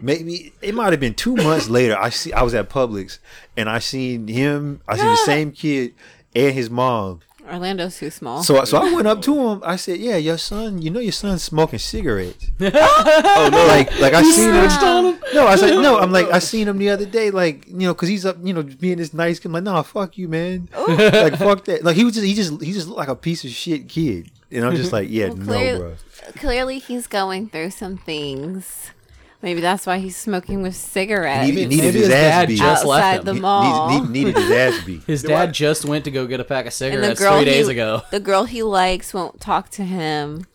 Speaker 9: maybe it might have been two months later. I see I was at Publix and I seen him. I seen the same kid and his mom.
Speaker 8: Orlando's too small.
Speaker 9: So I- so I went up to him. I said, "Yeah, your son. You know your son's smoking cigarettes."
Speaker 7: Oh no!
Speaker 9: Like like I seen him.
Speaker 8: on him.
Speaker 9: No, I was like, no. I'm like I seen him the other day. Like you know, cause he's up. You know, being this nice. kid. I'm like, nah, fuck you, man.
Speaker 8: Oh.
Speaker 9: like fuck that. Like he was just he just he just looked like a piece of shit kid. And I'm just like, yeah,
Speaker 8: Well,
Speaker 9: no,
Speaker 8: clear-
Speaker 9: bro.
Speaker 8: Clearly, he's going through some things. Maybe that's why he's smoking with cigarettes.
Speaker 9: He needed
Speaker 1: Maybe
Speaker 9: his
Speaker 1: his
Speaker 9: ass
Speaker 1: dad
Speaker 9: beat.
Speaker 1: just left
Speaker 8: Outside
Speaker 1: him.
Speaker 8: the
Speaker 9: He-
Speaker 8: mall.
Speaker 9: needed- needed his ass beat.
Speaker 1: His dad just went to go get a pack of
Speaker 8: and the
Speaker 1: cigarettes
Speaker 8: girl
Speaker 1: three days
Speaker 8: he,
Speaker 1: ago
Speaker 8: The girl he likes won't talk to him.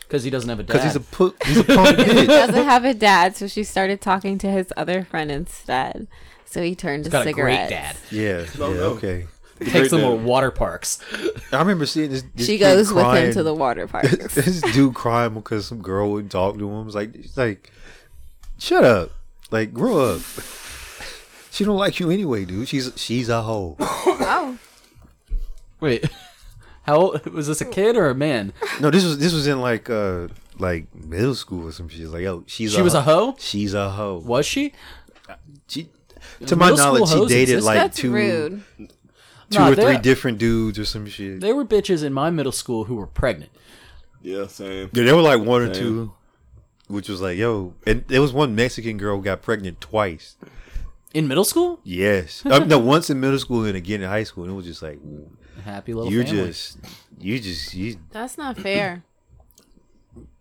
Speaker 1: because he doesn't have a dad.
Speaker 9: Because he's a pu- he's a punk
Speaker 8: He
Speaker 9: bitch.
Speaker 8: doesn't have a dad, so she started talking to his other friend instead. So he turned to
Speaker 1: got a
Speaker 8: cigarettes.
Speaker 1: great dad.
Speaker 9: Yeah, yeah, okay.
Speaker 1: Takes them
Speaker 7: dad.
Speaker 1: to water parks.
Speaker 9: I remember seeing this. this
Speaker 8: She
Speaker 9: kid
Speaker 8: goes with him to
Speaker 9: crying-
Speaker 8: the water park.
Speaker 9: this dude crying because some girl wouldn't talk to him. It was like, it's like, shut up, like grow up. She don't like you anyway, dude. She's she's a hoe.
Speaker 8: oh,
Speaker 1: Wait, how old, was this a kid or a man?
Speaker 9: No, this was this was in like uh like middle school or some shit. Like, yo, she's
Speaker 1: She was a hoe.
Speaker 9: She's a hoe.
Speaker 1: Was she?
Speaker 9: She, to my
Speaker 1: Middle school
Speaker 9: knowledge, she
Speaker 1: hoes
Speaker 9: dated
Speaker 1: exist?
Speaker 9: like
Speaker 8: that's
Speaker 9: two
Speaker 8: rude.
Speaker 9: two
Speaker 1: Nah,
Speaker 9: or three
Speaker 1: they're-
Speaker 9: different dudes or some shit.
Speaker 1: There were bitches in my middle school who were pregnant.
Speaker 7: Yeah, same.
Speaker 9: Yeah, there were like one or
Speaker 7: Same.
Speaker 9: two, which was like, yo, and there was one Mexican girl who got pregnant twice.
Speaker 1: In middle school?
Speaker 9: Yes, Uh, no, once in middle school and again in high school, and it was just like,
Speaker 1: Happy little
Speaker 9: you
Speaker 1: family.
Speaker 9: just, you just, you.
Speaker 8: That's not fair.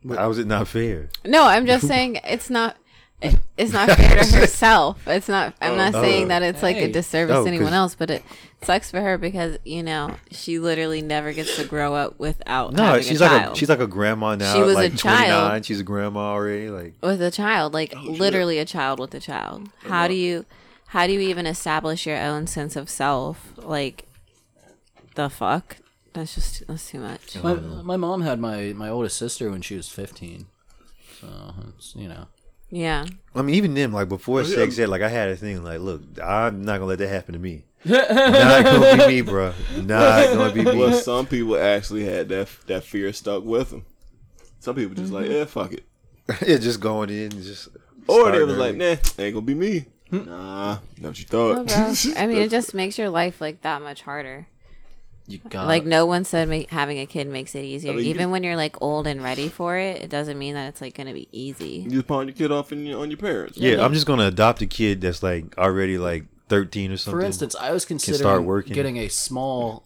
Speaker 9: How is it not fair?
Speaker 8: No, I'm just saying it's not. it- It's not fair to herself. It's not. I'm not saying that it's like a
Speaker 1: Hey.
Speaker 8: disservice
Speaker 9: Oh,
Speaker 8: to anyone
Speaker 9: 'cause-
Speaker 8: else, but it sucks for her because you know she literally never gets to grow up without
Speaker 9: No,
Speaker 8: having
Speaker 9: she's
Speaker 8: a
Speaker 9: like
Speaker 8: child.
Speaker 9: a she's like a grandma now.
Speaker 8: She was
Speaker 9: like
Speaker 8: a child.
Speaker 9: 29, She's a grandma already. Like
Speaker 8: with a child, like
Speaker 9: Oh,
Speaker 8: literally a child with a child. How do you, how do you even establish your own sense of self? Like, the fuck. That's just that's too much.
Speaker 1: My, my mom had my, my oldest sister when she was 15. So, it's, you know.
Speaker 8: Yeah.
Speaker 9: I mean, even then, like before sex ed, like I had a thing like, look, I'm not gonna let that happen to me. not gonna be me, bro. Not gonna be
Speaker 7: Well,
Speaker 9: me.
Speaker 7: some people actually had that that fear stuck with them. Some people just
Speaker 8: Mm-hmm.
Speaker 7: like, yeah, fuck it.
Speaker 9: yeah, just going in, and just.
Speaker 7: Or they
Speaker 9: starting
Speaker 7: was like,
Speaker 9: early.
Speaker 7: nah, ain't gonna be me. Nah, not what you
Speaker 8: Oh,
Speaker 7: thought.
Speaker 8: Well, bro, I mean, it just makes your life like that much harder.
Speaker 1: You got
Speaker 8: Like no one said ma- having a kid makes it easier.
Speaker 7: I mean, you
Speaker 8: Even
Speaker 7: can-
Speaker 8: when you're like old and ready for it, it doesn't mean that it's like gonna be easy.
Speaker 7: you just pawn your kid off in your, on your parents.
Speaker 9: Yeah, I'm just gonna adopt a kid that's like already like 13 or something.
Speaker 1: For instance, I was
Speaker 9: start
Speaker 1: considering
Speaker 9: working.
Speaker 1: getting a small,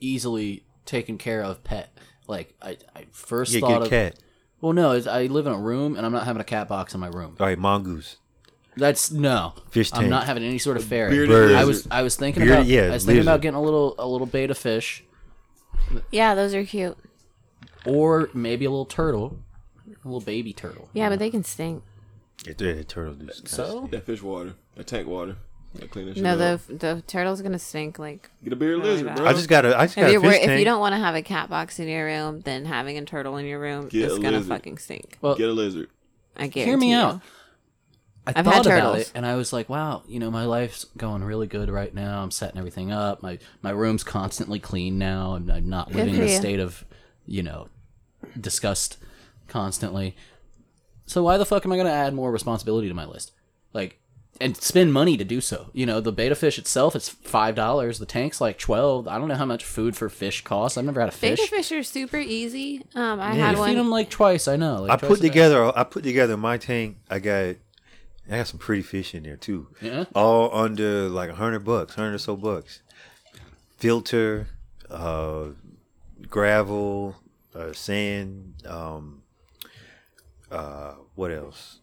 Speaker 1: easily taken care of pet. Like, I, I first
Speaker 9: yeah,
Speaker 1: thought
Speaker 9: get a
Speaker 1: of.
Speaker 9: cat.
Speaker 1: Well, no, it's, I live in a room and I'm not having a cat box in my room.
Speaker 9: All right, mongoose.
Speaker 1: That's no.
Speaker 9: Fish
Speaker 1: I'm
Speaker 9: tank.
Speaker 1: not having any sort of fairy.
Speaker 7: bearded
Speaker 9: Bird.
Speaker 1: I was I was thinking
Speaker 9: Bearded-
Speaker 1: about
Speaker 9: yeah,
Speaker 1: I was thinking about
Speaker 9: lizard.
Speaker 1: getting a little a little beta fish
Speaker 8: Yeah, those are cute.
Speaker 1: or maybe a little turtle, a little baby turtle.
Speaker 8: Yeah, but they can stink.
Speaker 9: Yeah, they're turtle dudes.
Speaker 1: So
Speaker 7: That fish water, that tank water, that clean that shit
Speaker 8: No,
Speaker 7: up.
Speaker 8: the the turtle's gonna stink. Like
Speaker 7: Get a bearded
Speaker 8: really
Speaker 7: lizard,
Speaker 8: bad.
Speaker 7: bro.
Speaker 9: I just got a. I just got
Speaker 8: if
Speaker 9: a
Speaker 8: you
Speaker 9: fish
Speaker 8: if
Speaker 9: tank.
Speaker 8: you don't want to have a cat box in your room, then having a turtle in your room
Speaker 7: Get a
Speaker 8: is gonna
Speaker 7: lizard.
Speaker 8: fucking stink.
Speaker 1: well,
Speaker 7: get a lizard.
Speaker 8: I guarantee.
Speaker 1: hear me
Speaker 8: you.
Speaker 1: out. I
Speaker 8: I've had
Speaker 1: thought about
Speaker 8: turtles.
Speaker 1: it and I was like, wow, you know, my life's going really good right now. I'm setting everything up. My my room's constantly clean now. I'm, I'm not living in
Speaker 8: for
Speaker 1: a
Speaker 8: you.
Speaker 1: state of, you know, disgust constantly. So why the fuck am I going to add more responsibility to my list? Like and spend money to do so. You know, the beta fish itself is five dollars. The tank's like twelve. I don't know how much food for fish costs. I've never had a
Speaker 8: Beta
Speaker 1: fish.
Speaker 8: fish are super easy. Um, I
Speaker 1: I
Speaker 8: had
Speaker 1: feed them
Speaker 8: one.
Speaker 1: like twice. I know. like
Speaker 9: I
Speaker 1: twice
Speaker 9: put
Speaker 1: a day.
Speaker 9: together. I put together my tank. I got. I got some pretty fish in there too.
Speaker 1: Yeah?
Speaker 9: All under like a hundred bucks, hundred or so bucks. Filter, uh, gravel, uh, sand. Um, uh, what else?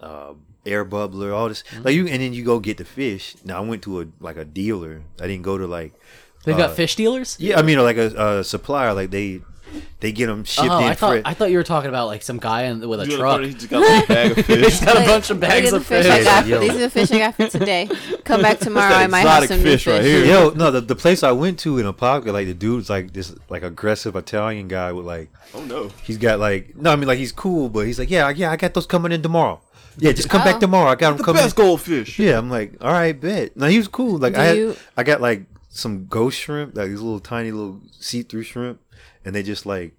Speaker 9: Uh, air bubbler, all this.
Speaker 1: Mm-hmm.
Speaker 9: Like you, and then you go get the fish. Now I went to a like a dealer. I didn't go to like
Speaker 1: They've
Speaker 9: uh,
Speaker 1: got fish dealers.
Speaker 9: yeah. I mean like a, a supplier. Like they they get them shipped
Speaker 1: Oh,
Speaker 9: in.
Speaker 1: I thought
Speaker 9: fresh.
Speaker 1: I thought you were talking about like some guy in, with a
Speaker 7: You
Speaker 1: truck.
Speaker 7: know, he just got like, a bag of fish.
Speaker 1: He's got a
Speaker 8: Like,
Speaker 1: bunch of
Speaker 8: look
Speaker 1: bags
Speaker 8: at
Speaker 1: of
Speaker 8: the fish
Speaker 1: fish.
Speaker 8: I got.
Speaker 9: Yo.
Speaker 8: These are the fish I got for today. Come back tomorrow.
Speaker 7: that
Speaker 8: I might have
Speaker 7: exotic
Speaker 8: some new
Speaker 7: fish right
Speaker 8: fish.
Speaker 7: here.
Speaker 9: Yo, no, the, the place I went to in Apopka, like the dude's like this like aggressive Italian guy with like
Speaker 7: oh no.
Speaker 9: he's got like no, I mean like he's cool, but he's like yeah, yeah, I got those coming in tomorrow. Yeah, just come back
Speaker 8: Oh.
Speaker 9: tomorrow. I got them
Speaker 7: The
Speaker 9: coming.
Speaker 7: best goldfish.
Speaker 9: Yeah, I'm like all right, bet. No, he was cool. Like
Speaker 8: Do
Speaker 9: I had,
Speaker 8: you-
Speaker 9: I got like some ghost shrimp, like these little tiny little see through shrimp, and they just like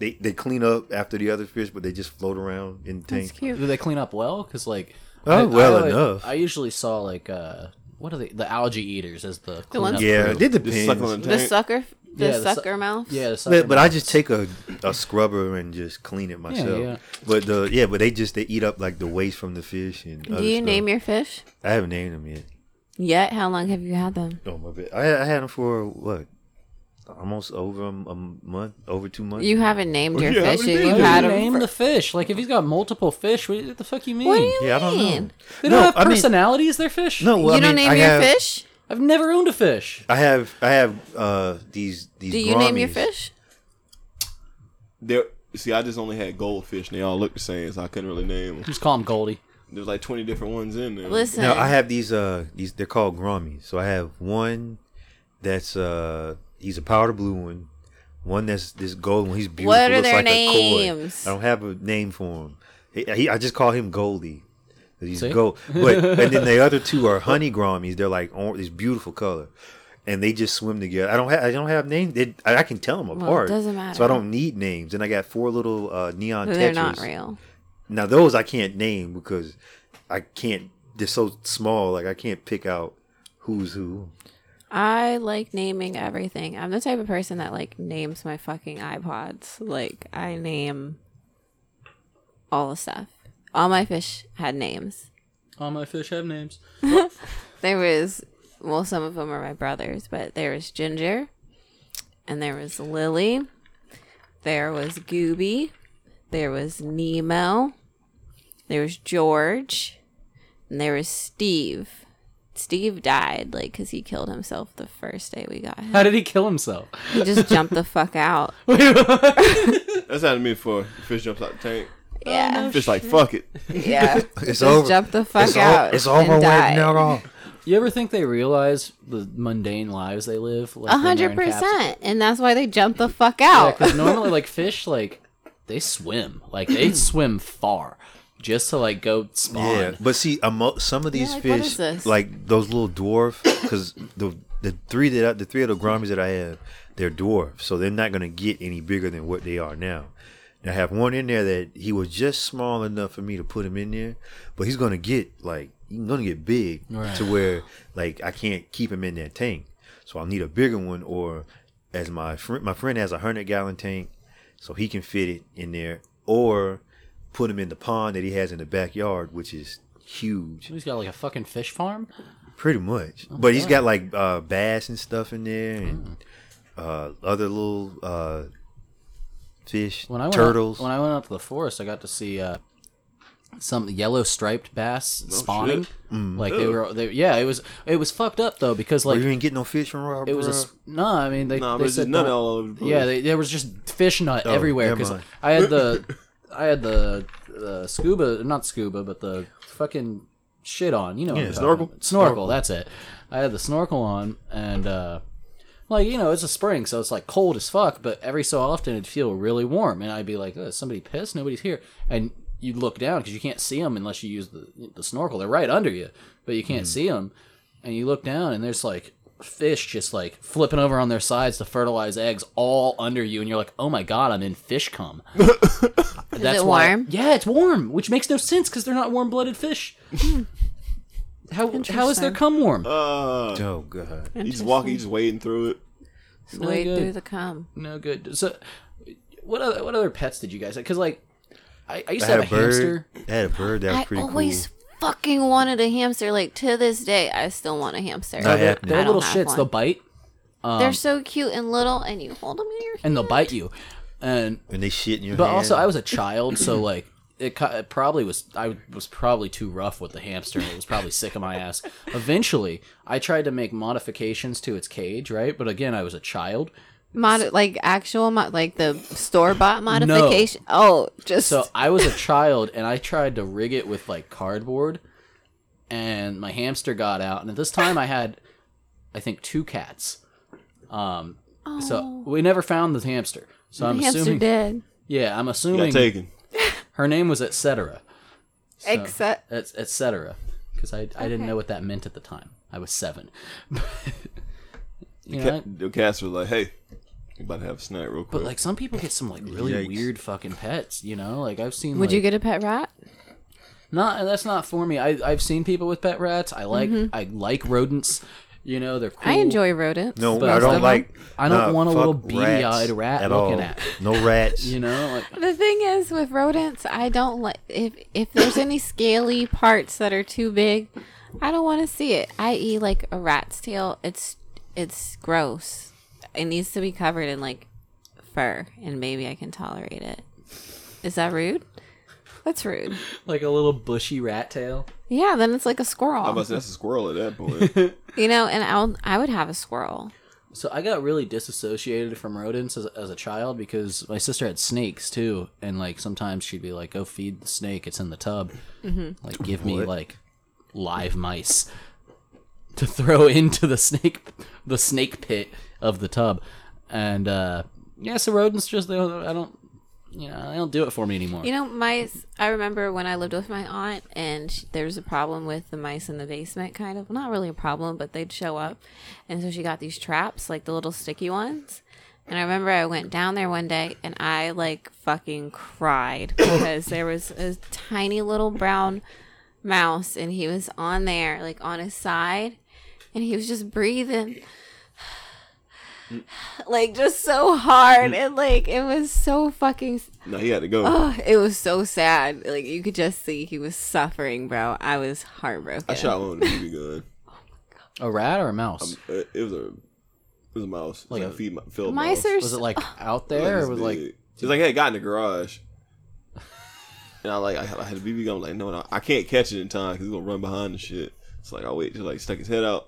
Speaker 9: they they clean up after the other fish, but they just float around in the
Speaker 8: That's
Speaker 9: tank.
Speaker 1: Do
Speaker 8: cute.
Speaker 1: they clean up well? Because like,
Speaker 9: Oh, well
Speaker 1: always-
Speaker 9: enough.
Speaker 1: I usually saw like uh, what are they? The algae eaters as the
Speaker 8: ones-
Speaker 1: cleanup
Speaker 9: Yeah,
Speaker 1: crew.
Speaker 9: it
Speaker 7: Just suck on
Speaker 9: depends.
Speaker 7: the
Speaker 8: The
Speaker 7: tank.
Speaker 8: sucker, the
Speaker 1: Yeah, the suck-
Speaker 8: sucker mouth.
Speaker 1: yeah. The
Speaker 9: But, but I
Speaker 1: suckerman.
Speaker 9: just take a, a scrubber and just clean it myself.
Speaker 1: yeah.
Speaker 9: But the yeah, but they just they eat up like the waste from the fish and.
Speaker 8: Do you name your fish
Speaker 9: I haven't named them yet.
Speaker 8: yet? How long have you had them?
Speaker 9: Oh my bad. I, I had them for what? Almost over a, m- a month, over two months.
Speaker 8: You haven't named your
Speaker 7: yeah, how
Speaker 8: fish
Speaker 7: many
Speaker 8: yet.
Speaker 7: fish
Speaker 8: You've
Speaker 7: do
Speaker 1: How
Speaker 8: had
Speaker 1: do you
Speaker 8: them.
Speaker 1: name
Speaker 8: for-
Speaker 1: the fish? Like if he's got multiple fish, what, what the fuck you mean?
Speaker 8: What do you
Speaker 9: yeah, I don't know.
Speaker 8: mean?
Speaker 1: they don't
Speaker 9: No,
Speaker 1: have
Speaker 9: I mean-
Speaker 1: personalities. Their fish.
Speaker 9: No, well,
Speaker 8: you
Speaker 9: I
Speaker 8: don't
Speaker 9: mean,
Speaker 8: name
Speaker 9: I
Speaker 8: your
Speaker 9: have,
Speaker 8: fish?
Speaker 1: I've never owned a fish.
Speaker 9: I have, I have uh, these these.
Speaker 8: Do you name your
Speaker 9: Brahmies.
Speaker 8: fish?
Speaker 7: There. See, I just only had goldfish, and they all looked the same, so I couldn't really name them.
Speaker 1: Just call him Goldie.
Speaker 7: There's like 20 different ones in there.
Speaker 8: Listen.
Speaker 9: No, I have these. Uh, these they're called Grommies. So I have one that's uh, he's a powder blue one. One that's this gold one. He's beautiful.
Speaker 8: What are
Speaker 9: looks
Speaker 8: their
Speaker 9: like a koi.
Speaker 8: names?
Speaker 9: I don't have a name for him. He, he, I just call him Goldie. 'Cause He's
Speaker 1: See?
Speaker 9: gold. But and then the other two are honey Grommies. They're like or this beautiful color. And they just swim together. I don't have. I don't have names. They, I, I can tell them
Speaker 8: it
Speaker 9: apart.
Speaker 8: doesn't matter.
Speaker 9: So I don't need names. And I got four little uh, neon.
Speaker 8: They're
Speaker 9: Tetras.
Speaker 8: not real.
Speaker 9: Now those I can't name because I can't. They're so small. Like I can't pick out who's who.
Speaker 8: I like naming everything. I'm the type of person that like names my fucking iPods. Like I name all the stuff. All my fish had names.
Speaker 1: All my fish have names.
Speaker 8: There was well, some of them are my brothers, but there was Ginger, and there was Lily, there was Gooby, there was Nemo, there was George, and there was Steve. Steve died like because he killed himself the first day we got him.
Speaker 1: How did he kill himself?
Speaker 8: He just jumped the fuck out.
Speaker 7: That's how it mean for fish jumps out the tank.
Speaker 8: Yeah,
Speaker 7: Fish like fuck it.
Speaker 8: yeah.
Speaker 9: It's
Speaker 8: just jumped the fuck
Speaker 9: it's
Speaker 8: out.
Speaker 9: All, it's
Speaker 8: and
Speaker 9: over with
Speaker 8: died.
Speaker 9: now.
Speaker 1: You ever think they realize the mundane lives they live? Like,
Speaker 8: A
Speaker 1: when they're
Speaker 8: hundred
Speaker 1: in capsules?
Speaker 8: percent, and that's why they jump the fuck
Speaker 1: Yeah,
Speaker 8: out.
Speaker 1: 'cause normally, like fish, like they swim, like they swim far just to like go spawn.
Speaker 9: Yeah, but see, a mo- some of these
Speaker 8: like, what is
Speaker 9: fish,
Speaker 8: this?
Speaker 9: like those little dwarf, because the the three that I, the three of the gouramis that I have, they're dwarf, so they're not gonna get any bigger than what they are now. And I have one in there that he was just small enough for me to put him in there, but he's gonna get like he's gonna get big to where like I can't keep him in that tank, so I'll need a bigger one. Or as my friend, my friend has a hundred gallon tank, so he can fit it in there, or put him in the pond that he has in the backyard, which is huge,
Speaker 1: He's got like a fucking fish farm.
Speaker 9: pretty much. but he's got like uh, bass and stuff in there,
Speaker 1: Mm.
Speaker 9: and uh, other little uh, fish,
Speaker 1: When I went
Speaker 9: turtles.
Speaker 1: out, when I went out to the forest, I got to see uh, some yellow striped bass spawning. Like they were, they, yeah, it was it was fucked up though because
Speaker 9: Bro,
Speaker 1: like
Speaker 9: you ain't getting no fish from Rob.
Speaker 1: it was a s- no. I mean they
Speaker 7: Nah,
Speaker 1: they
Speaker 7: but it's just
Speaker 1: said
Speaker 7: nut
Speaker 1: don't-
Speaker 7: all over the place.
Speaker 1: Yeah, they, there was just fish nut
Speaker 9: Oh,
Speaker 1: everywhere
Speaker 9: never
Speaker 1: because
Speaker 9: mind.
Speaker 1: I had the I had the uh, scuba, not scuba, but the fucking shit on. You know, what
Speaker 9: Yeah,
Speaker 1: I'm
Speaker 9: snorkel?
Speaker 1: talking about. snorkel, That's it. I had the snorkel on, and uh, like you know, it's a spring, so it's like cold as fuck. But every so often, it'd feel really warm, and I'd be like, oh, is "Somebody pissed? Nobody's here." And you'd look down because you can't see them unless you use the the snorkel. They're right under you, but you
Speaker 8: Hmm.
Speaker 1: can't see 'em. see them. And you look down, and there's like fish just like flipping over on their sides to fertilize eggs all under you, and you're like, "Oh my god, I'm in fish cum."
Speaker 8: Is
Speaker 1: That's
Speaker 8: it
Speaker 1: why-
Speaker 8: warm?
Speaker 1: yeah, it's warm, which makes no sense because they're not warm-blooded fish. how how is their
Speaker 8: Hmm. Interesting.
Speaker 1: cum warm?
Speaker 7: Uh,
Speaker 9: Oh god!
Speaker 7: you just walking, you just wading through it.
Speaker 1: no
Speaker 8: Wade
Speaker 1: good.
Speaker 8: through the cum.
Speaker 1: no good. So, what other what other pets did you guys? Because like, I, I used
Speaker 9: I
Speaker 1: to have
Speaker 9: had
Speaker 1: a
Speaker 9: a bird.
Speaker 1: hamster.
Speaker 9: I had a bird that was
Speaker 8: I
Speaker 9: pretty
Speaker 8: always
Speaker 9: cool.
Speaker 8: fucking wanted a hamster. Like to this day, I still want a hamster.
Speaker 9: Not
Speaker 8: They're,
Speaker 9: happening.
Speaker 1: They're
Speaker 8: I don't
Speaker 1: little
Speaker 8: have
Speaker 1: shits.
Speaker 8: one.
Speaker 1: They'll bite
Speaker 8: so cute and little, and you hold them in your hand.
Speaker 1: and they'll bite you, and
Speaker 9: And they shit in your
Speaker 1: but
Speaker 9: hand.
Speaker 1: also I was a child, so like. It, ki- it probably was. I was probably too rough with the hamster. and It was probably sick of my ass. Eventually, I tried to make modifications to its cage, right? But again, I was a child,
Speaker 8: Mod- like actual, mod- like the store bought modification. Oh, just
Speaker 1: So I was a child and I tried to rig it with like cardboard and my hamster got out and at this time I had I think two cats. Um so we never found the hamster. So I'm
Speaker 8: Oh. hamster
Speaker 1: assuming
Speaker 8: dead.
Speaker 1: Yeah, I'm
Speaker 7: You got
Speaker 1: assuming
Speaker 7: taken.
Speaker 1: her name was etc.
Speaker 8: Except
Speaker 1: etc. cuz I I didn't know what that meant at the time. I was 7. you know,
Speaker 7: Ca- the cats were like, "Hey, you about to have a snack real quick."
Speaker 1: but like some people get some like really
Speaker 9: Yikes.
Speaker 1: weird fucking pets, you know? Like I've seen
Speaker 8: would
Speaker 1: like,
Speaker 8: you get a pet rat?
Speaker 1: Not that's not for me. I I've seen people with pet rats. I like I like rodents. You know they're cool.
Speaker 8: Mm-hmm. I enjoy rodents.
Speaker 9: no,
Speaker 1: but
Speaker 9: I
Speaker 1: stuff.
Speaker 9: don't like.
Speaker 1: I don't
Speaker 9: nah,
Speaker 1: want a little
Speaker 9: fuck
Speaker 1: beady-eyed
Speaker 9: rats
Speaker 1: rat
Speaker 9: at
Speaker 1: looking
Speaker 9: all.
Speaker 1: at.
Speaker 9: No rats.
Speaker 1: You know, like
Speaker 8: The thing is with rodents, I don't like if if there's any scaly parts that are too big, I don't want to see it. I.e., like a rat's tail, it's it's gross. It needs to be covered in like fur, and maybe I can tolerate it. Is that rude? That's rude.
Speaker 1: like a little bushy rat tail.
Speaker 8: Yeah, then it's like a squirrel.
Speaker 7: I was that's a squirrel at that point.
Speaker 8: You know, and I'll I would have a squirrel.
Speaker 1: So I got really disassociated from rodents as, as a child because my sister had snakes too, and like sometimes she'd be like, "Go feed the snake. It's in the tub."
Speaker 8: Mm-hmm.
Speaker 1: Like give me like live mice to throw into the snake the snake pit of the tub, and uh, yeah, so rodents just they don't, I don't you know they don't do it for me anymore.
Speaker 8: You know, mice. I remember when I lived with my aunt, and sh there was a problem with the mice in the basement. Kind of, not really a problem, but they'd show up, and so she got these traps, like the little sticky ones. And I remember I went down there one day, and I like fucking cried because there was a tiny little brown mouse, and he was on there, like on his side, and he was just breathing. Like just so hard and like it was so fucking
Speaker 7: no, he had to go.
Speaker 8: Oh, it was so sad. Like you could just see he was suffering, bro. I was heartbroken.
Speaker 7: I shot one with a BB gun.
Speaker 1: a rat or a mouse?
Speaker 7: Uh, It was a, it was a mouse. It was
Speaker 1: Like
Speaker 7: like
Speaker 1: a-
Speaker 7: a feed, field
Speaker 8: Mice
Speaker 7: mouse.
Speaker 8: are
Speaker 1: was
Speaker 8: s-
Speaker 1: it like out
Speaker 7: It
Speaker 1: there? Or was
Speaker 7: this
Speaker 1: like
Speaker 7: big. it's like I had got in the garage, and I like I had, I had a BB gun. I'm like, no, no, I can't catch it in time because he's gonna run behind the shit. It's like I wait till like stuck his head out.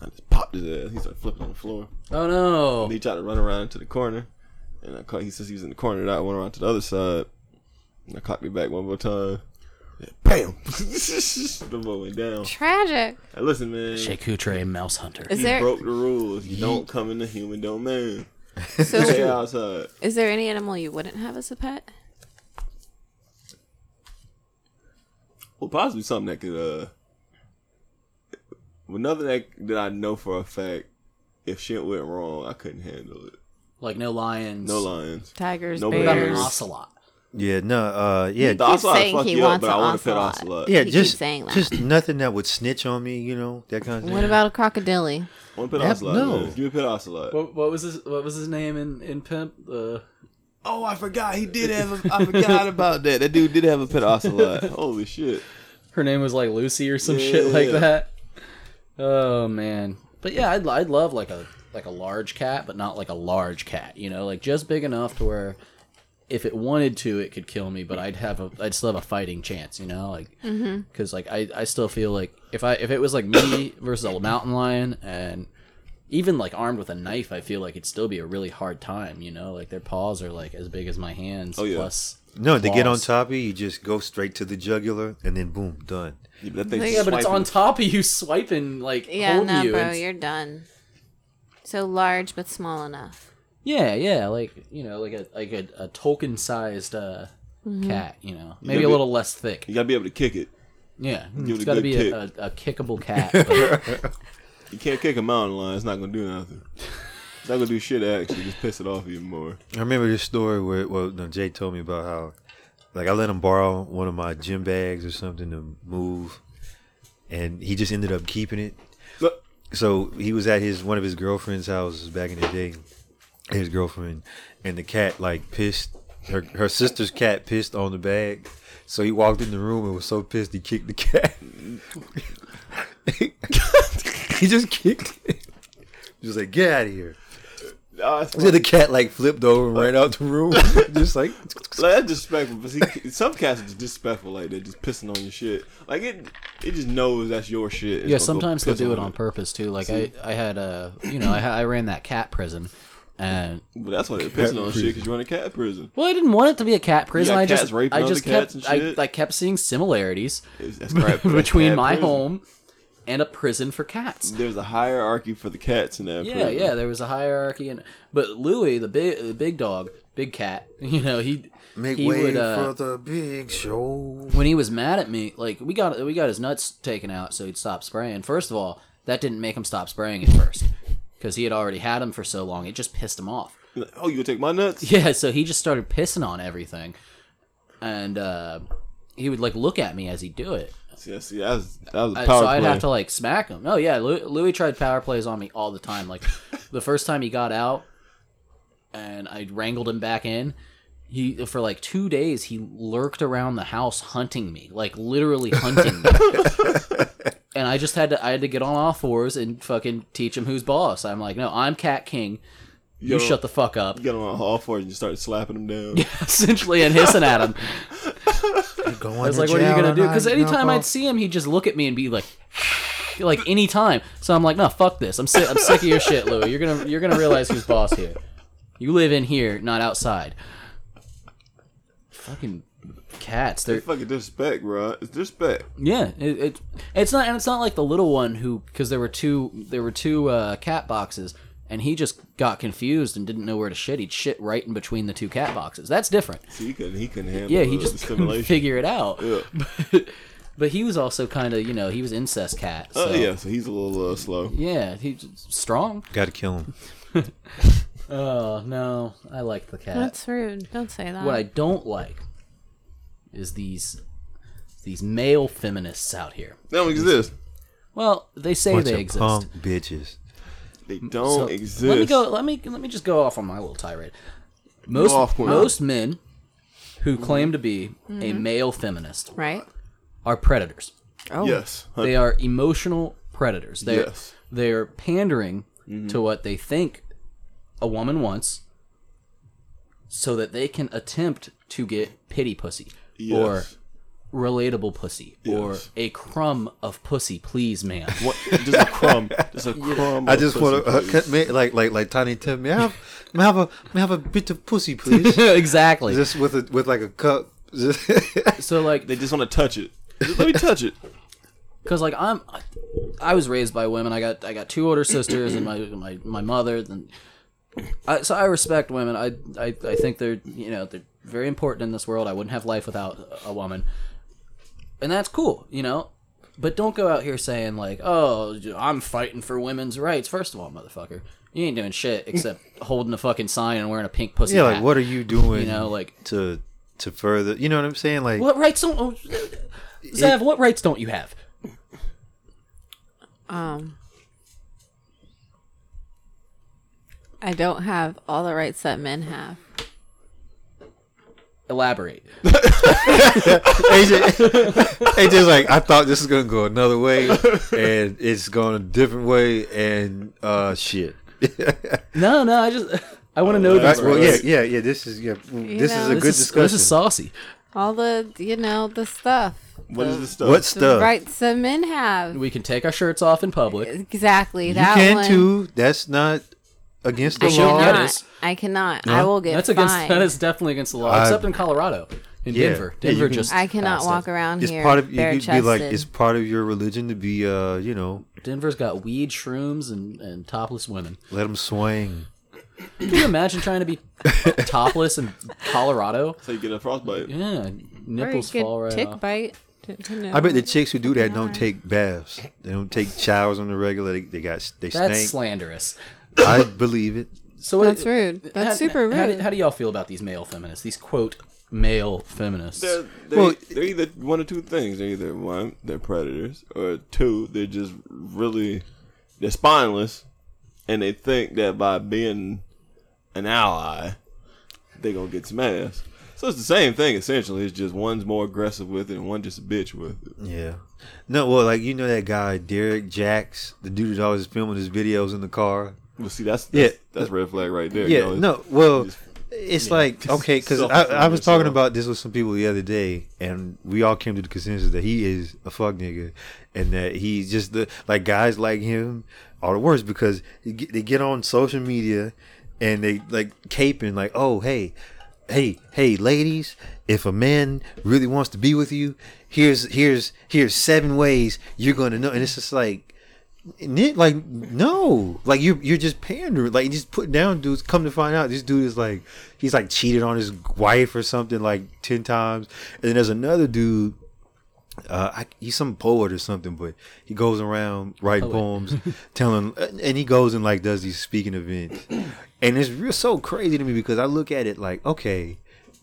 Speaker 7: I just popped his ass. He's like flipping on the floor.
Speaker 1: oh no,
Speaker 7: And he tried to run around to the corner, and I caught. He says he was in the corner. And I went around to the other side, and I caught me back one more time. Bam! the boy went down.
Speaker 8: Tragic.
Speaker 7: Hey, listen, man.
Speaker 1: Shakutre Mouse Hunter.
Speaker 8: Is
Speaker 7: you
Speaker 8: there
Speaker 7: broke the rules. You don't come in the human domain. Stay
Speaker 8: so?
Speaker 7: outside.
Speaker 8: is there any animal you wouldn't have as a pet?
Speaker 7: Well, possibly something that could. uh Another that that I know for a fact, if shit went wrong, I couldn't handle it.
Speaker 1: Like no lions.
Speaker 7: No lions.
Speaker 8: Tigers,
Speaker 7: No
Speaker 1: What about an
Speaker 7: bears.
Speaker 8: bears.
Speaker 1: ocelot?
Speaker 9: Yeah, no, uh, yeah,
Speaker 7: The ocelot
Speaker 8: saying
Speaker 7: fuck
Speaker 8: he
Speaker 7: you up,
Speaker 8: wants
Speaker 7: but I
Speaker 8: an
Speaker 7: want to pet
Speaker 8: ocelot.
Speaker 7: ocelot.
Speaker 9: yeah,
Speaker 8: He
Speaker 9: just
Speaker 8: keeps saying that.
Speaker 9: just nothing that would snitch on me, you know, that kind of thing.
Speaker 8: What about a crocodile?
Speaker 7: I want to pet
Speaker 9: Yeah,
Speaker 7: ocelot.
Speaker 9: no.
Speaker 7: man. Give me a pet ocelot.
Speaker 1: What, what was his What was his name in in Pimp? Uh,
Speaker 7: Oh, I forgot. He did have. A, I forgot about that. That dude did have a pet ocelot. Holy shit!
Speaker 1: her name was like Lucy or some
Speaker 7: Yeah,
Speaker 1: shit like
Speaker 7: yeah.
Speaker 1: that. Oh man, but yeah, I'd I'd love like a like a large cat, but not like a large cat. You know, like just big enough to where if it wanted to, it could kill me, but I'd have a I'd still have a fighting chance. You know, like
Speaker 8: Mm-hmm.
Speaker 1: because like I I still feel like if I if it was like me versus a mountain lion and even like armed with a knife, I feel like it'd still be a really hard time. You know, like their paws are like as big as my hands.
Speaker 7: Oh, yeah.
Speaker 1: Plus,
Speaker 9: no? To get on
Speaker 1: claws.
Speaker 9: top of you, you just go straight to the jugular, and then boom, done.
Speaker 7: Yeah, but that thing
Speaker 1: Yeah, but it's
Speaker 7: swiping-
Speaker 1: on top of you, swiping like
Speaker 8: Yeah,
Speaker 1: holding
Speaker 8: no,
Speaker 1: you.
Speaker 8: bro,
Speaker 1: and-
Speaker 8: you're done. So large but small enough.
Speaker 1: yeah, yeah, like you know, like a like a, a Tolkien sized uh, cat. You know, maybe
Speaker 7: gotta
Speaker 1: a
Speaker 7: be-
Speaker 1: little less thick.
Speaker 7: You gotta be able to kick it.
Speaker 1: Yeah,
Speaker 7: give it
Speaker 1: it's
Speaker 7: a
Speaker 1: got to
Speaker 7: good
Speaker 1: be
Speaker 7: kick.
Speaker 1: a, a, a kickable cat. but-
Speaker 7: You can't kick a mountain lion. It's not gonna do nothing. It's not gonna do shit. Actually, just piss it off even more.
Speaker 9: I remember this story where well, no, Jay told me about how, like, I let him borrow one of my gym bags or something to move, and he just ended up keeping it.
Speaker 7: Look.
Speaker 9: So he was at his one of his girlfriend's houses back in the day, his girlfriend, and the cat like pissed her her sister's cat pissed on the bag. So he walked in the room and was so pissed he kicked the cat. he just kicked it. He was like, "Get out of here!"
Speaker 7: Nah, it's
Speaker 9: So the cat like flipped over and ran out the room, just like
Speaker 7: Like, that's disrespectful. But see, some cats are just disrespectful like that, just pissing on your shit. Like it, it just knows that's your shit. It's
Speaker 1: yeah,
Speaker 7: gonna go
Speaker 1: sometimes they'll
Speaker 7: piss
Speaker 1: do it on purpose too. Like I, I had a, you know, I, I ran that cat prison, and
Speaker 7: But that's why they're pissing on shit because you're in a cat prison.
Speaker 1: well, I didn't want it to be a cat prison.
Speaker 7: got
Speaker 1: I
Speaker 7: cats
Speaker 1: just,
Speaker 7: raping
Speaker 1: I
Speaker 7: other
Speaker 1: just
Speaker 7: cats
Speaker 1: kept,
Speaker 7: and
Speaker 1: I,
Speaker 7: shit?
Speaker 1: I kept seeing similarities
Speaker 7: It's- That's crap. that's
Speaker 1: between
Speaker 7: cat
Speaker 1: my
Speaker 7: prison.
Speaker 1: home and a prison for cats.
Speaker 7: There's a hierarchy for the cats in that.
Speaker 1: Yeah,
Speaker 7: prison.
Speaker 1: yeah, there was a hierarchy, and but Louis, the big, the big dog, big cat, you know, he
Speaker 9: make
Speaker 1: he
Speaker 9: way
Speaker 1: would uh,
Speaker 9: for the big show.
Speaker 1: when he was mad at me, like we got we got his nuts taken out, so he'd stop spraying. First of all, that didn't make him stop spraying at first because he had already had him for so long, it just pissed him off.
Speaker 7: Like, oh, you gonna take my nuts?
Speaker 1: Yeah, so he just started pissing on everything, and uh, he would like look at me as he do it.
Speaker 7: Yeah, see, that was that was a
Speaker 1: I-
Speaker 7: power
Speaker 1: Uh, so I'd
Speaker 7: play.
Speaker 1: have to like smack him. Oh yeah, Lou Louis tried power plays on me all the time. Like the first time he got out, and I wrangled him back in. He for like two days he lurked around the house hunting me, like literally hunting me. and I just had to I had to get on all fours and fucking teach him who's boss. I'm like, no, I'm Cat King. You
Speaker 7: Yo.
Speaker 1: shut the fuck up,
Speaker 7: You got on all fours and you started slapping them down.
Speaker 1: essentially, and hissing at him.
Speaker 9: Go
Speaker 1: I was like, "What are you gonna do?" Because anytime I'd see him, he'd just look at me and be like, "Like anytime." So I'm like, "No, fuck this. I'm sick. I'm sick of your shit, Louis. You're gonna you're gonna realize who's boss here. You live in here, not outside." Fucking cats. They're
Speaker 7: Fucking disrespect, bro. It's disrespect.
Speaker 1: yeah. It, it it's not and it's not like the little one who because there were two there were two uh, cat boxes. And he just got confused and didn't know where to shit. He'd shit right in between the two cat boxes. That's different.
Speaker 7: See, he couldn't. He couldn't handle. uh,
Speaker 1: Yeah, he
Speaker 7: the- the
Speaker 1: just couldn't
Speaker 7: stimulation.
Speaker 1: figure it out.
Speaker 7: Yeah.
Speaker 1: But, but he was also kind of, you know, he was incest cat. So.
Speaker 7: Oh yeah, so he's a little uh, slow.
Speaker 1: Yeah, he's strong.
Speaker 9: Gotta kill him.
Speaker 1: Oh, no. I like the cat.
Speaker 8: That's rude. Don't say that.
Speaker 1: what I don't like is these these male feminists out here.
Speaker 7: They don't exist.
Speaker 1: Well, they say
Speaker 9: Bunch
Speaker 1: they
Speaker 9: of
Speaker 1: exist.
Speaker 9: punk bitches.
Speaker 7: They don't
Speaker 1: So,
Speaker 7: exist.
Speaker 1: Let me go. Let me let me just go off on my little tirade. Most
Speaker 7: off, Quinn.
Speaker 1: most men who claim to be a male feminist
Speaker 8: right?
Speaker 1: are predators.
Speaker 8: Oh,
Speaker 7: Yes.
Speaker 1: They are emotional predators. They're,
Speaker 7: Yes. Mm-hmm.
Speaker 1: They're pandering to what they think a woman wants so that they can attempt to get pity pussy
Speaker 7: Yes.
Speaker 1: or relatable pussy or
Speaker 7: Yes.
Speaker 1: a crumb of pussy, please, man.
Speaker 7: What? Just a crumb. Just a crumb.
Speaker 9: I
Speaker 7: of
Speaker 9: just
Speaker 7: pussy,
Speaker 9: want to uh,
Speaker 7: please.
Speaker 9: cut me like like like Tiny Tim. May I have may I have a may I have a bit of pussy, please?
Speaker 1: exactly.
Speaker 9: just with a with like a cup
Speaker 1: So like
Speaker 7: They just want to touch it. Just let me touch it.
Speaker 1: because like I'm, I was raised by women. I got I got two older sisters and my my my mother. And I, so I respect women. I, I I think they're you know they're very important in this world. I wouldn't have life without a woman, and that's cool. You know. But don't go out here saying like, "Oh, I'm fighting for women's rights." First of all, motherfucker, you ain't doing shit except holding a fucking sign and wearing a pink pussy.
Speaker 9: yeah, like
Speaker 1: hat.
Speaker 9: what are you doing?
Speaker 1: You know, like
Speaker 9: to to further. You know what I'm saying? Like
Speaker 1: what rights don't oh, Zav? What rights don't you have?
Speaker 8: Um, I don't have all the rights that men have.
Speaker 1: Elaborate.
Speaker 9: AJ, AJ's like, I thought this was gonna go another way, and it's going a different way, and uh, shit.
Speaker 1: No, no, I just I want to know
Speaker 9: Right,
Speaker 1: these.
Speaker 9: well, yeah,
Speaker 1: rights.
Speaker 9: yeah, yeah. This is yeah. This
Speaker 8: know,
Speaker 9: is a
Speaker 8: This
Speaker 9: good discussion.
Speaker 1: This is saucy.
Speaker 8: All the you know the stuff.
Speaker 7: What is this stuff?
Speaker 9: what
Speaker 8: The
Speaker 9: stuff?
Speaker 8: rights that men have.
Speaker 1: We can take our shirts off in public.
Speaker 8: Exactly.
Speaker 9: You
Speaker 8: that
Speaker 9: can
Speaker 8: one.
Speaker 9: too. That's not against the
Speaker 8: I
Speaker 9: law.
Speaker 1: that
Speaker 8: cannot.
Speaker 1: is.
Speaker 8: I cannot. I will get
Speaker 1: That's against.
Speaker 8: fined.
Speaker 1: That is definitely against the law,
Speaker 9: I-
Speaker 1: except in Colorado, in
Speaker 9: Yeah.
Speaker 1: Denver.
Speaker 9: Yeah, you
Speaker 1: Denver
Speaker 9: can-
Speaker 1: just.
Speaker 8: I cannot
Speaker 1: passed
Speaker 8: walk
Speaker 1: it.
Speaker 8: around
Speaker 9: It's
Speaker 8: here
Speaker 9: part of you could
Speaker 8: bare-chested.
Speaker 9: be like it's part of your religion to be uh you know
Speaker 1: Denver's got weed, shrooms, and and topless women.
Speaker 9: let them swing.
Speaker 1: Can you imagine trying to be topless in Colorado?
Speaker 7: So you get a frostbite.
Speaker 1: Yeah,
Speaker 8: Or you
Speaker 1: nipples
Speaker 8: could
Speaker 1: fall right
Speaker 8: tick
Speaker 1: off.
Speaker 8: bite. to- to know.
Speaker 9: I bet the chicks who do that don't take baths. They don't take showers on the regular. They, they got they
Speaker 1: That's
Speaker 9: stink.
Speaker 1: slanderous.
Speaker 9: I believe it.
Speaker 1: So what-
Speaker 8: That's rude. That's
Speaker 1: how-
Speaker 8: super
Speaker 1: How,
Speaker 8: rude.
Speaker 1: do- how do y'all feel about these male feminists? These quote male feminists.
Speaker 7: They're, they
Speaker 9: Well-
Speaker 7: they're either one of two things. They're either one, they're predators, or two, they're just really they're spineless, and they think that by being an ally, they gonna get some ass. So it's the same thing essentially. It's just one's more aggressive with it, and one just a bitch with it.
Speaker 9: Yeah. No, well, like you know that guy Derek Jacks, the dude who's always filming his videos in the car.
Speaker 7: Well, see, that's
Speaker 9: Yeah.
Speaker 7: that's, that's red flag right there.
Speaker 9: yeah.
Speaker 7: yo.
Speaker 9: no, well,
Speaker 7: just-
Speaker 9: it's like okay, because I,
Speaker 7: self-defend
Speaker 9: I was talking
Speaker 7: yourself.
Speaker 9: about this with some people the other day, and we all came to the consensus that he is a fuck nigga, and that he's just the like guys like him are the worst because they get- they get on social media and they like caping like, oh hey, hey hey ladies if a man really wants to be with you here's here's here's seven ways you're gonna know and it's just like ni- like no like you you're just pandering like you just put down dudes come to find out this dude is like he's like cheated on his wife or something like 10 times and then there's another dude uh, I, he's some poet or something, but he goes around writing poems, telling, and he goes and like does these speaking events, and it's real so crazy to me because I look at it like, okay,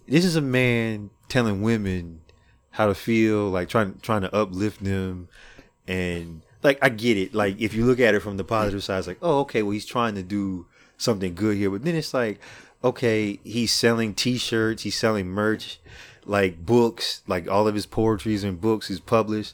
Speaker 9: this is a man telling women how to feel, like trying trying to uplift them, and like I get it, like if you look at it from the positive side, it's like, oh, okay, well he's trying to do something good here, but then it's like, okay, he's selling T-shirts, he's selling merch like books, like all of his poetries and books he's published.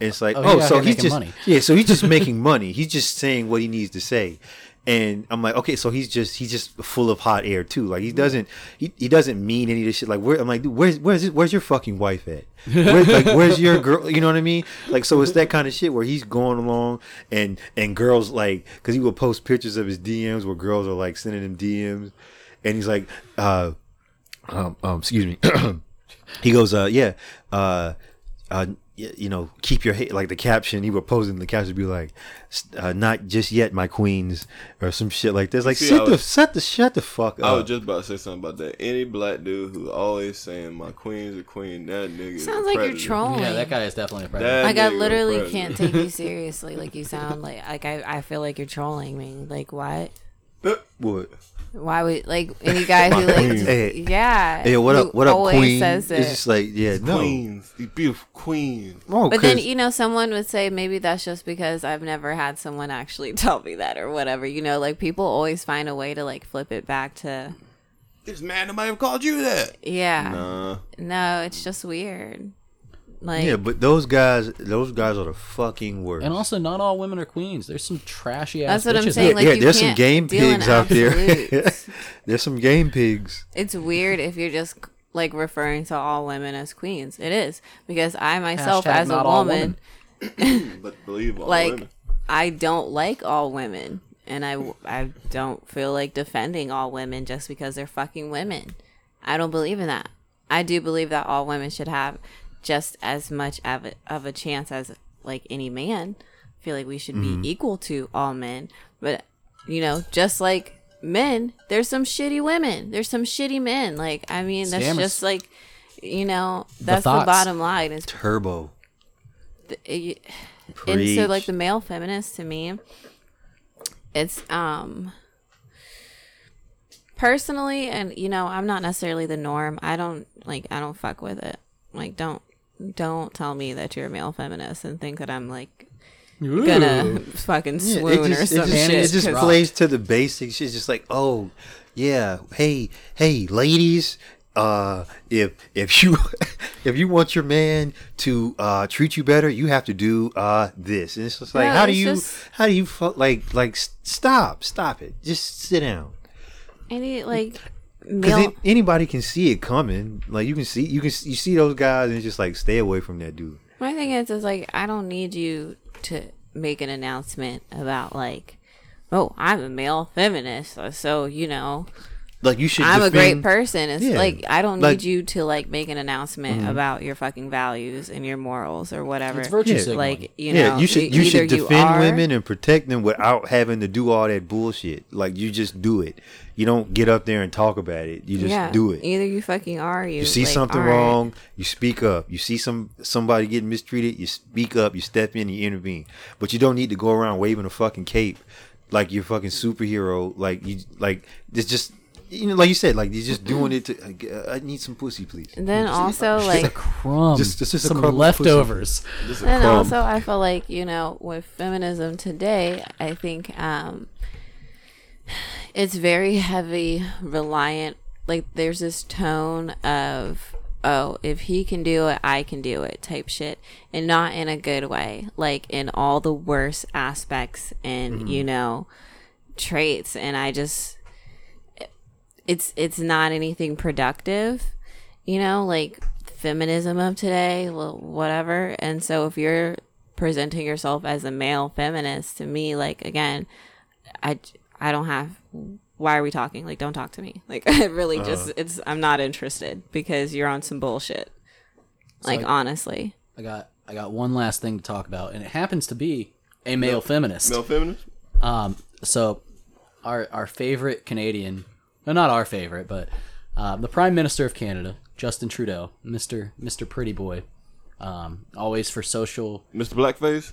Speaker 9: And it's like,
Speaker 1: Oh,
Speaker 9: oh,
Speaker 1: he's out
Speaker 9: so
Speaker 1: here
Speaker 9: he's
Speaker 1: making
Speaker 9: just
Speaker 1: money.
Speaker 9: yeah, so he's just making money. He's just saying what he needs to say. And I'm like, okay, so he's just he's just full of hot air too. Like he doesn't he, he doesn't mean any of this shit. Like where I'm like, dude, where's where's it, where's your fucking wife at? Where, like where's your girl? You know what I mean? Like so it's that kind of shit where he's going along and and girls like because he will post pictures of his DMs where girls are like sending him DMs, and he's like, uh, um, um excuse me. he goes, uh, yeah, uh, uh, y- you know, keep your head like the caption. He would post it in the caption, would be like, s- uh, "Not just yet, my queens," or some shit like this. Like,
Speaker 7: See, I
Speaker 9: shut the
Speaker 7: was-
Speaker 9: shut the shut the fuck
Speaker 7: I was
Speaker 9: up.
Speaker 7: just about to say something about that. Any black dude who always saying my queen's a queen, that nigga is a
Speaker 8: Sounds like you're
Speaker 7: predator.
Speaker 8: trolling.
Speaker 1: yeah, that guy is definitely a predator.
Speaker 7: That
Speaker 8: like I
Speaker 7: nigga a
Speaker 8: literally
Speaker 7: predator.
Speaker 8: can't take you seriously. Like you sound like like I, I feel like you're trolling me. Like what?
Speaker 9: what?
Speaker 8: Why would like any guy who like
Speaker 9: Hey.
Speaker 8: yeah?
Speaker 9: Hey, what
Speaker 8: who
Speaker 9: up? What up,
Speaker 8: always
Speaker 9: queen?
Speaker 8: Says it.
Speaker 9: It's just like, yeah, no,
Speaker 7: Queens, these beautiful queens.
Speaker 9: Oh,
Speaker 8: but then
Speaker 9: 'cause-
Speaker 8: you know someone would say maybe that's just because I've never had someone actually tell me that or whatever. You know, like people always find a way to like flip it back to
Speaker 7: This man, nobody ever called you that.
Speaker 8: yeah.
Speaker 7: Nah.
Speaker 8: No, it's just weird. Like
Speaker 9: yeah, but those guys, those guys are the fucking worst.
Speaker 1: And also, not all women are queens. There's some trashy ass.
Speaker 8: that's what I'm
Speaker 1: bitches
Speaker 8: saying.
Speaker 1: out
Speaker 8: Like
Speaker 9: yeah,
Speaker 8: you
Speaker 9: there's some
Speaker 8: can't
Speaker 9: game
Speaker 8: deal in
Speaker 9: pigs out there.
Speaker 8: absolutes.
Speaker 9: there's some game pigs.
Speaker 8: it's weird if you're just like referring to all women as queens. It is because I myself,
Speaker 1: Hashtag
Speaker 8: as a
Speaker 1: not all
Speaker 8: woman,
Speaker 7: But believe all
Speaker 8: Like-
Speaker 7: women.
Speaker 8: I don't like all women, and I I don't feel like defending all women just because they're fucking women. I don't believe in that. I do believe that all women should have just as much of a, of a chance as like any man. I feel like we should be equal to all men, but you know, just like men, there's some shitty women. There's some shitty men. Like I mean, that's
Speaker 1: Scammers.
Speaker 8: just like you know, that's the,
Speaker 1: thoughts.
Speaker 8: bottom line. Is
Speaker 9: Turbo.
Speaker 8: th- and
Speaker 9: Preach.
Speaker 8: so like the male feminist to me it's um personally and you know i'm not necessarily the norm i don't like i don't fuck with it like don't don't tell me that you're a male feminist and think that i'm like gonna fucking
Speaker 9: Yeah,
Speaker 8: swoon
Speaker 9: it just,
Speaker 8: or
Speaker 9: it
Speaker 8: some
Speaker 9: just-
Speaker 8: shit
Speaker 9: It just
Speaker 8: 'cause-
Speaker 9: plays to the basics. It's just like, oh, yeah, hey, hey, ladies, uh, if if you if you want your man to uh, treat you better, you have to do uh, this. And it's just like,
Speaker 8: No,
Speaker 9: how do
Speaker 8: it's
Speaker 9: you
Speaker 8: just-
Speaker 9: how do you fu- like like s- stop stop it? Just sit down.
Speaker 8: any like
Speaker 9: Because
Speaker 8: male
Speaker 9: anybody can see it coming. Like you can see you can s- you see those guys, and it's just like stay away from that dude.
Speaker 8: My thing is, is like I don't need you to make an announcement about like, oh, I'm a male feminist, so you know
Speaker 9: Like you should.
Speaker 8: I'm a great
Speaker 9: defend-
Speaker 8: person. It's
Speaker 9: Yeah.
Speaker 8: like I don't
Speaker 9: Like- Mm-hmm.
Speaker 8: need you to like make an announcement about your fucking values and your morals or whatever.
Speaker 1: It's virtue
Speaker 9: Yeah.
Speaker 1: signaling.
Speaker 8: like you know,
Speaker 9: yeah, you should
Speaker 8: e-
Speaker 9: you should
Speaker 8: either
Speaker 9: defend
Speaker 8: are-
Speaker 9: women and protect them without having to do all that bullshit. Like you just do it. You don't get up there and talk about it. You just
Speaker 8: yeah,
Speaker 9: do it.
Speaker 8: Either you fucking are or you.
Speaker 9: you see
Speaker 8: like,
Speaker 9: something
Speaker 8: aren't.
Speaker 9: wrong, you speak up. You see some somebody getting mistreated, you speak up. You step in, you intervene. But you don't need to go around waving a fucking cape like you're fucking superhero. Like you like it's just you know like you said like you're just doing it to. I, I need some pussy, please.
Speaker 8: And then also like
Speaker 1: crumb.
Speaker 9: Just- just- just a
Speaker 1: some
Speaker 9: crumb of pussy.
Speaker 1: leftovers.
Speaker 8: and
Speaker 7: crumb.
Speaker 8: also i feel like you know with feminism today i think um it's very heavy reliant like there's this tone of oh if he can do it i can do it type shit and not in a good way like in all the worst aspects and you know traits and i just it's it's not anything productive you know, like feminism of today, well, whatever. And so if you're presenting yourself as a male feminist to me, like again, I I don't have why are we talking? Like don't talk to me. Like I
Speaker 7: Uh-huh.
Speaker 8: really just it's I'm not interested because you're on some bullshit. Like, honestly.
Speaker 1: I got I got one last thing to talk about, and it happens to be a male feminist.
Speaker 7: No feminist?
Speaker 1: So, our our favorite Canadian, no, not our favorite, but um, the Prime Minister of Canada, Justin Trudeau, Mister Mister Pretty Boy, um, always for social,
Speaker 7: Mr. Blackface?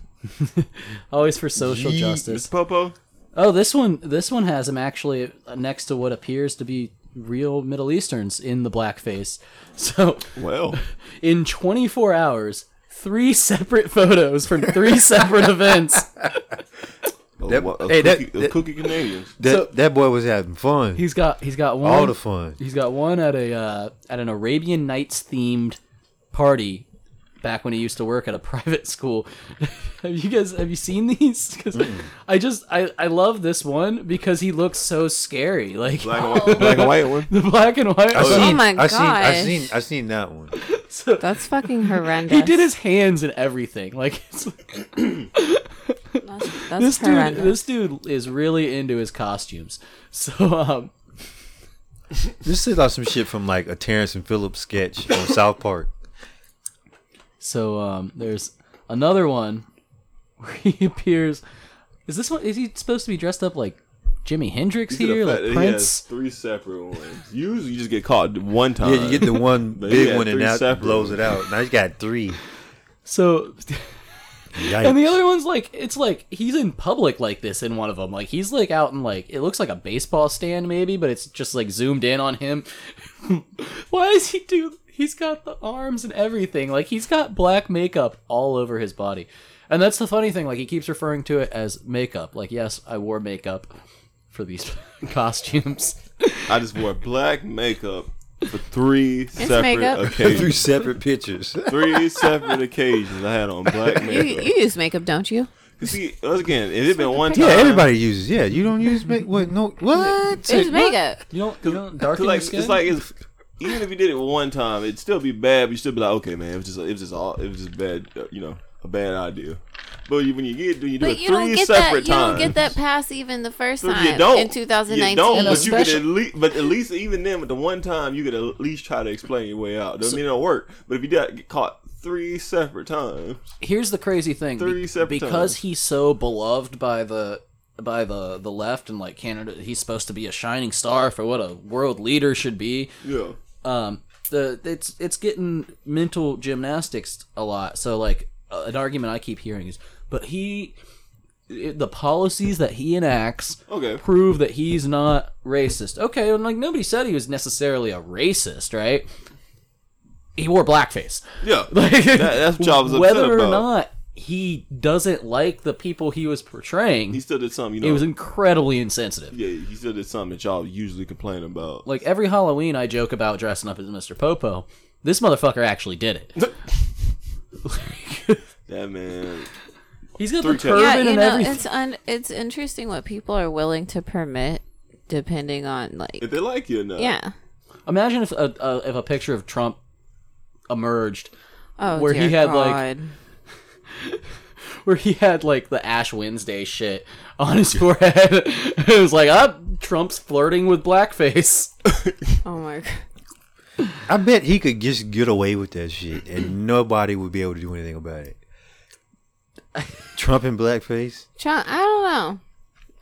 Speaker 1: always for social
Speaker 7: Yee,
Speaker 1: justice.
Speaker 7: Mr. Popo?
Speaker 1: Oh, this one this one has him actually next to what appears to be real Middle Easterns in the blackface. So
Speaker 7: Well,
Speaker 1: in 24 hours, three separate photos from three separate events.
Speaker 9: That-
Speaker 7: of,
Speaker 9: hey, that-
Speaker 7: cookie, of
Speaker 9: that-
Speaker 7: cookie Canadians.
Speaker 9: That
Speaker 1: So-
Speaker 9: that boy was having fun.
Speaker 1: He's got he's got one
Speaker 9: all the fun.
Speaker 1: He's got one at a uh, at an Arabian Nights themed party back when he used to work at a private school. have you guys have you seen these? 'Cause I just I I love this one because he looks so scary. Like
Speaker 7: Black and white, black and white one.
Speaker 1: the black and white.
Speaker 9: I
Speaker 8: Oh,
Speaker 9: seen,
Speaker 8: my
Speaker 9: I seen, I
Speaker 8: gosh.
Speaker 9: seen, I seen that one.
Speaker 8: That's fucking horrendous.
Speaker 1: He did his hands and everything. Like it's,
Speaker 8: that's, that's
Speaker 1: this dude,
Speaker 8: horrendous.
Speaker 1: this dude is really into his costumes. So um,
Speaker 9: This is like some shit from like a Terrence and Phillips sketch on South Park.
Speaker 1: So um, there's another one where he appears. Is this one? Is he supposed to be dressed up like Jimi Hendrix
Speaker 7: He did
Speaker 1: here,
Speaker 7: a
Speaker 1: like
Speaker 7: fat- he has
Speaker 1: Prince?
Speaker 7: three separate ones. Usually you just get caught one time.
Speaker 9: Yeah, you get the one
Speaker 7: But he
Speaker 9: big
Speaker 7: got
Speaker 9: one and
Speaker 7: three
Speaker 9: that
Speaker 7: separate
Speaker 9: blows
Speaker 7: ones.
Speaker 9: it out. Now he's got three.
Speaker 1: So
Speaker 9: Yikes.
Speaker 1: and the other one's like it's like he's in public like this in one of them. Like he's like out in like it looks like a baseball stand maybe, but it's just like zoomed in on him. Why does he do? He's got the arms and everything. Like he's got black makeup all over his body. And that's the funny thing. Like he keeps referring to it as makeup. Like yes, I wore makeup for these costumes.
Speaker 7: I just wore black makeup for three separate
Speaker 8: makeup.
Speaker 9: three
Speaker 7: occasions.
Speaker 9: separate pictures.
Speaker 7: three separate occasions I had on black
Speaker 8: you,
Speaker 7: makeup.
Speaker 8: you use makeup, don't you?
Speaker 7: See, once again, it had been one time.
Speaker 9: Yeah, everybody uses. Yeah, you don't use make. What? No. What?
Speaker 8: It's makeup.
Speaker 1: You don't, you don't darken your
Speaker 7: Like
Speaker 1: skin.
Speaker 7: it's like it's, even if you did it one time, it'd still be bad. But you would still be like, okay, man, it was just it was just all it was just bad. uh, You know, a bad idea. But you- when you get, when you do
Speaker 8: But
Speaker 7: it
Speaker 8: you don't
Speaker 7: three
Speaker 8: get that. You
Speaker 7: separate times,
Speaker 8: don't get that pass even the first
Speaker 7: No,
Speaker 8: time
Speaker 7: you don't.
Speaker 8: in
Speaker 7: You
Speaker 8: 2019.
Speaker 7: don't,
Speaker 1: And a
Speaker 7: but you could
Speaker 1: special-
Speaker 7: at least, but at least even then, with the one time, you could at least try to explain your way out. Doesn't mean it'll work. But if you got- get caught three separate times,
Speaker 1: here's the crazy thing be-
Speaker 7: Three separate
Speaker 1: because
Speaker 7: times.
Speaker 1: he's so beloved by the by the the left and like Canada he's supposed to be a shining star for what a world leader should be
Speaker 7: yeah,
Speaker 1: um the it's it's getting mental gymnastics a lot so like uh, an argument I keep hearing is but he it, the policies that he enacts
Speaker 7: Okay.
Speaker 1: prove that he's not racist okay and like nobody said he was necessarily a racist right he wore blackface
Speaker 7: yeah,
Speaker 1: like
Speaker 7: that's what y'all was upset
Speaker 1: whether or
Speaker 7: about.
Speaker 1: not he doesn't like the people he was portraying,
Speaker 7: he still did something. You know,
Speaker 1: it was incredibly insensitive.
Speaker 7: yeah, he still did something that y'all usually complain about.
Speaker 1: Like every Halloween, I joke about dressing up as Mr. Popo. This motherfucker actually did it.
Speaker 7: that man,
Speaker 1: He's got
Speaker 7: Three
Speaker 1: the
Speaker 7: times.
Speaker 1: turban
Speaker 8: yeah, you
Speaker 1: and
Speaker 8: know,
Speaker 1: everything.
Speaker 8: it's un- it's interesting what people are willing to permit depending on like
Speaker 7: if they like you or not,
Speaker 8: yeah.
Speaker 1: Imagine if a, a if a picture of Trump emerged,
Speaker 8: Oh,
Speaker 1: where he
Speaker 8: dear
Speaker 1: had, like,
Speaker 8: God.
Speaker 1: where he had like the Ash Wednesday shit on his forehead. it was like, ah, Trump's flirting with blackface.
Speaker 8: oh my god.
Speaker 9: I bet he could just get away with that shit and nobody would be able to do anything about it. Trump and blackface.
Speaker 8: John, I don't know.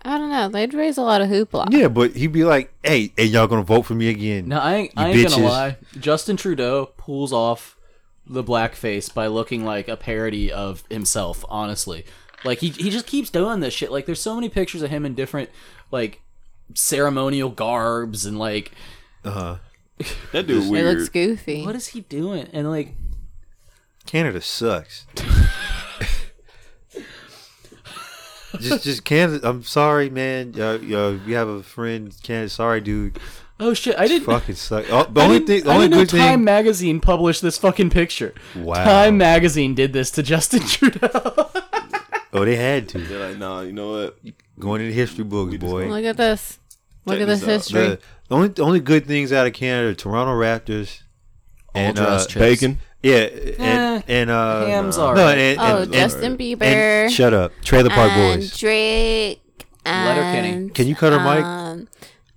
Speaker 8: I don't know. They'd raise a lot of hoopla.
Speaker 9: Yeah, but he'd be like, "Hey, and y'all gonna vote for me again?"
Speaker 1: No, I ain't,
Speaker 9: You
Speaker 1: I ain't gonna
Speaker 9: bitches.
Speaker 1: lie. Justin Trudeau pulls off the blackface by looking like a parody of himself, honestly. Like he he just keeps doing this shit. Like there's so many pictures of him in different like ceremonial garbs and like
Speaker 7: that dude
Speaker 8: It
Speaker 7: weird.
Speaker 8: looks goofy.
Speaker 1: what is he doing? And like
Speaker 9: Canada sucks. just, just Canada. I'm sorry, man. Uh, uh, we have a friend, Canada. Sorry, dude.
Speaker 1: oh shit, I didn't
Speaker 9: Fucking suck. Oh, the
Speaker 1: I
Speaker 9: only
Speaker 1: didn't-
Speaker 9: thing, the
Speaker 1: I
Speaker 9: only
Speaker 1: didn't know
Speaker 9: good
Speaker 1: Time
Speaker 9: thing.
Speaker 1: magazine published this fucking picture.
Speaker 9: Wow.
Speaker 1: Time magazine did this to Justin Trudeau.
Speaker 9: Oh, they had to
Speaker 7: They're like, nah, you know what?
Speaker 9: going into history books, boy.
Speaker 8: Look at this. Look
Speaker 7: Check
Speaker 8: at this
Speaker 7: this out.
Speaker 8: history.
Speaker 9: The, the only, the only good things out of Canada: are Toronto Raptors and
Speaker 1: All Eh, dress
Speaker 9: uh,
Speaker 1: chips.
Speaker 7: Bacon.
Speaker 9: yeah, and and uh,
Speaker 1: Ham's
Speaker 9: no,
Speaker 1: alright.
Speaker 9: and,
Speaker 8: oh,
Speaker 9: and, uh, and,
Speaker 8: Justin Bieber.
Speaker 9: and shut up, Trailer Park
Speaker 8: and
Speaker 9: Boys.
Speaker 8: Drake.
Speaker 1: Letterkenny.
Speaker 8: And,
Speaker 9: Can you cut her mic?
Speaker 8: Um,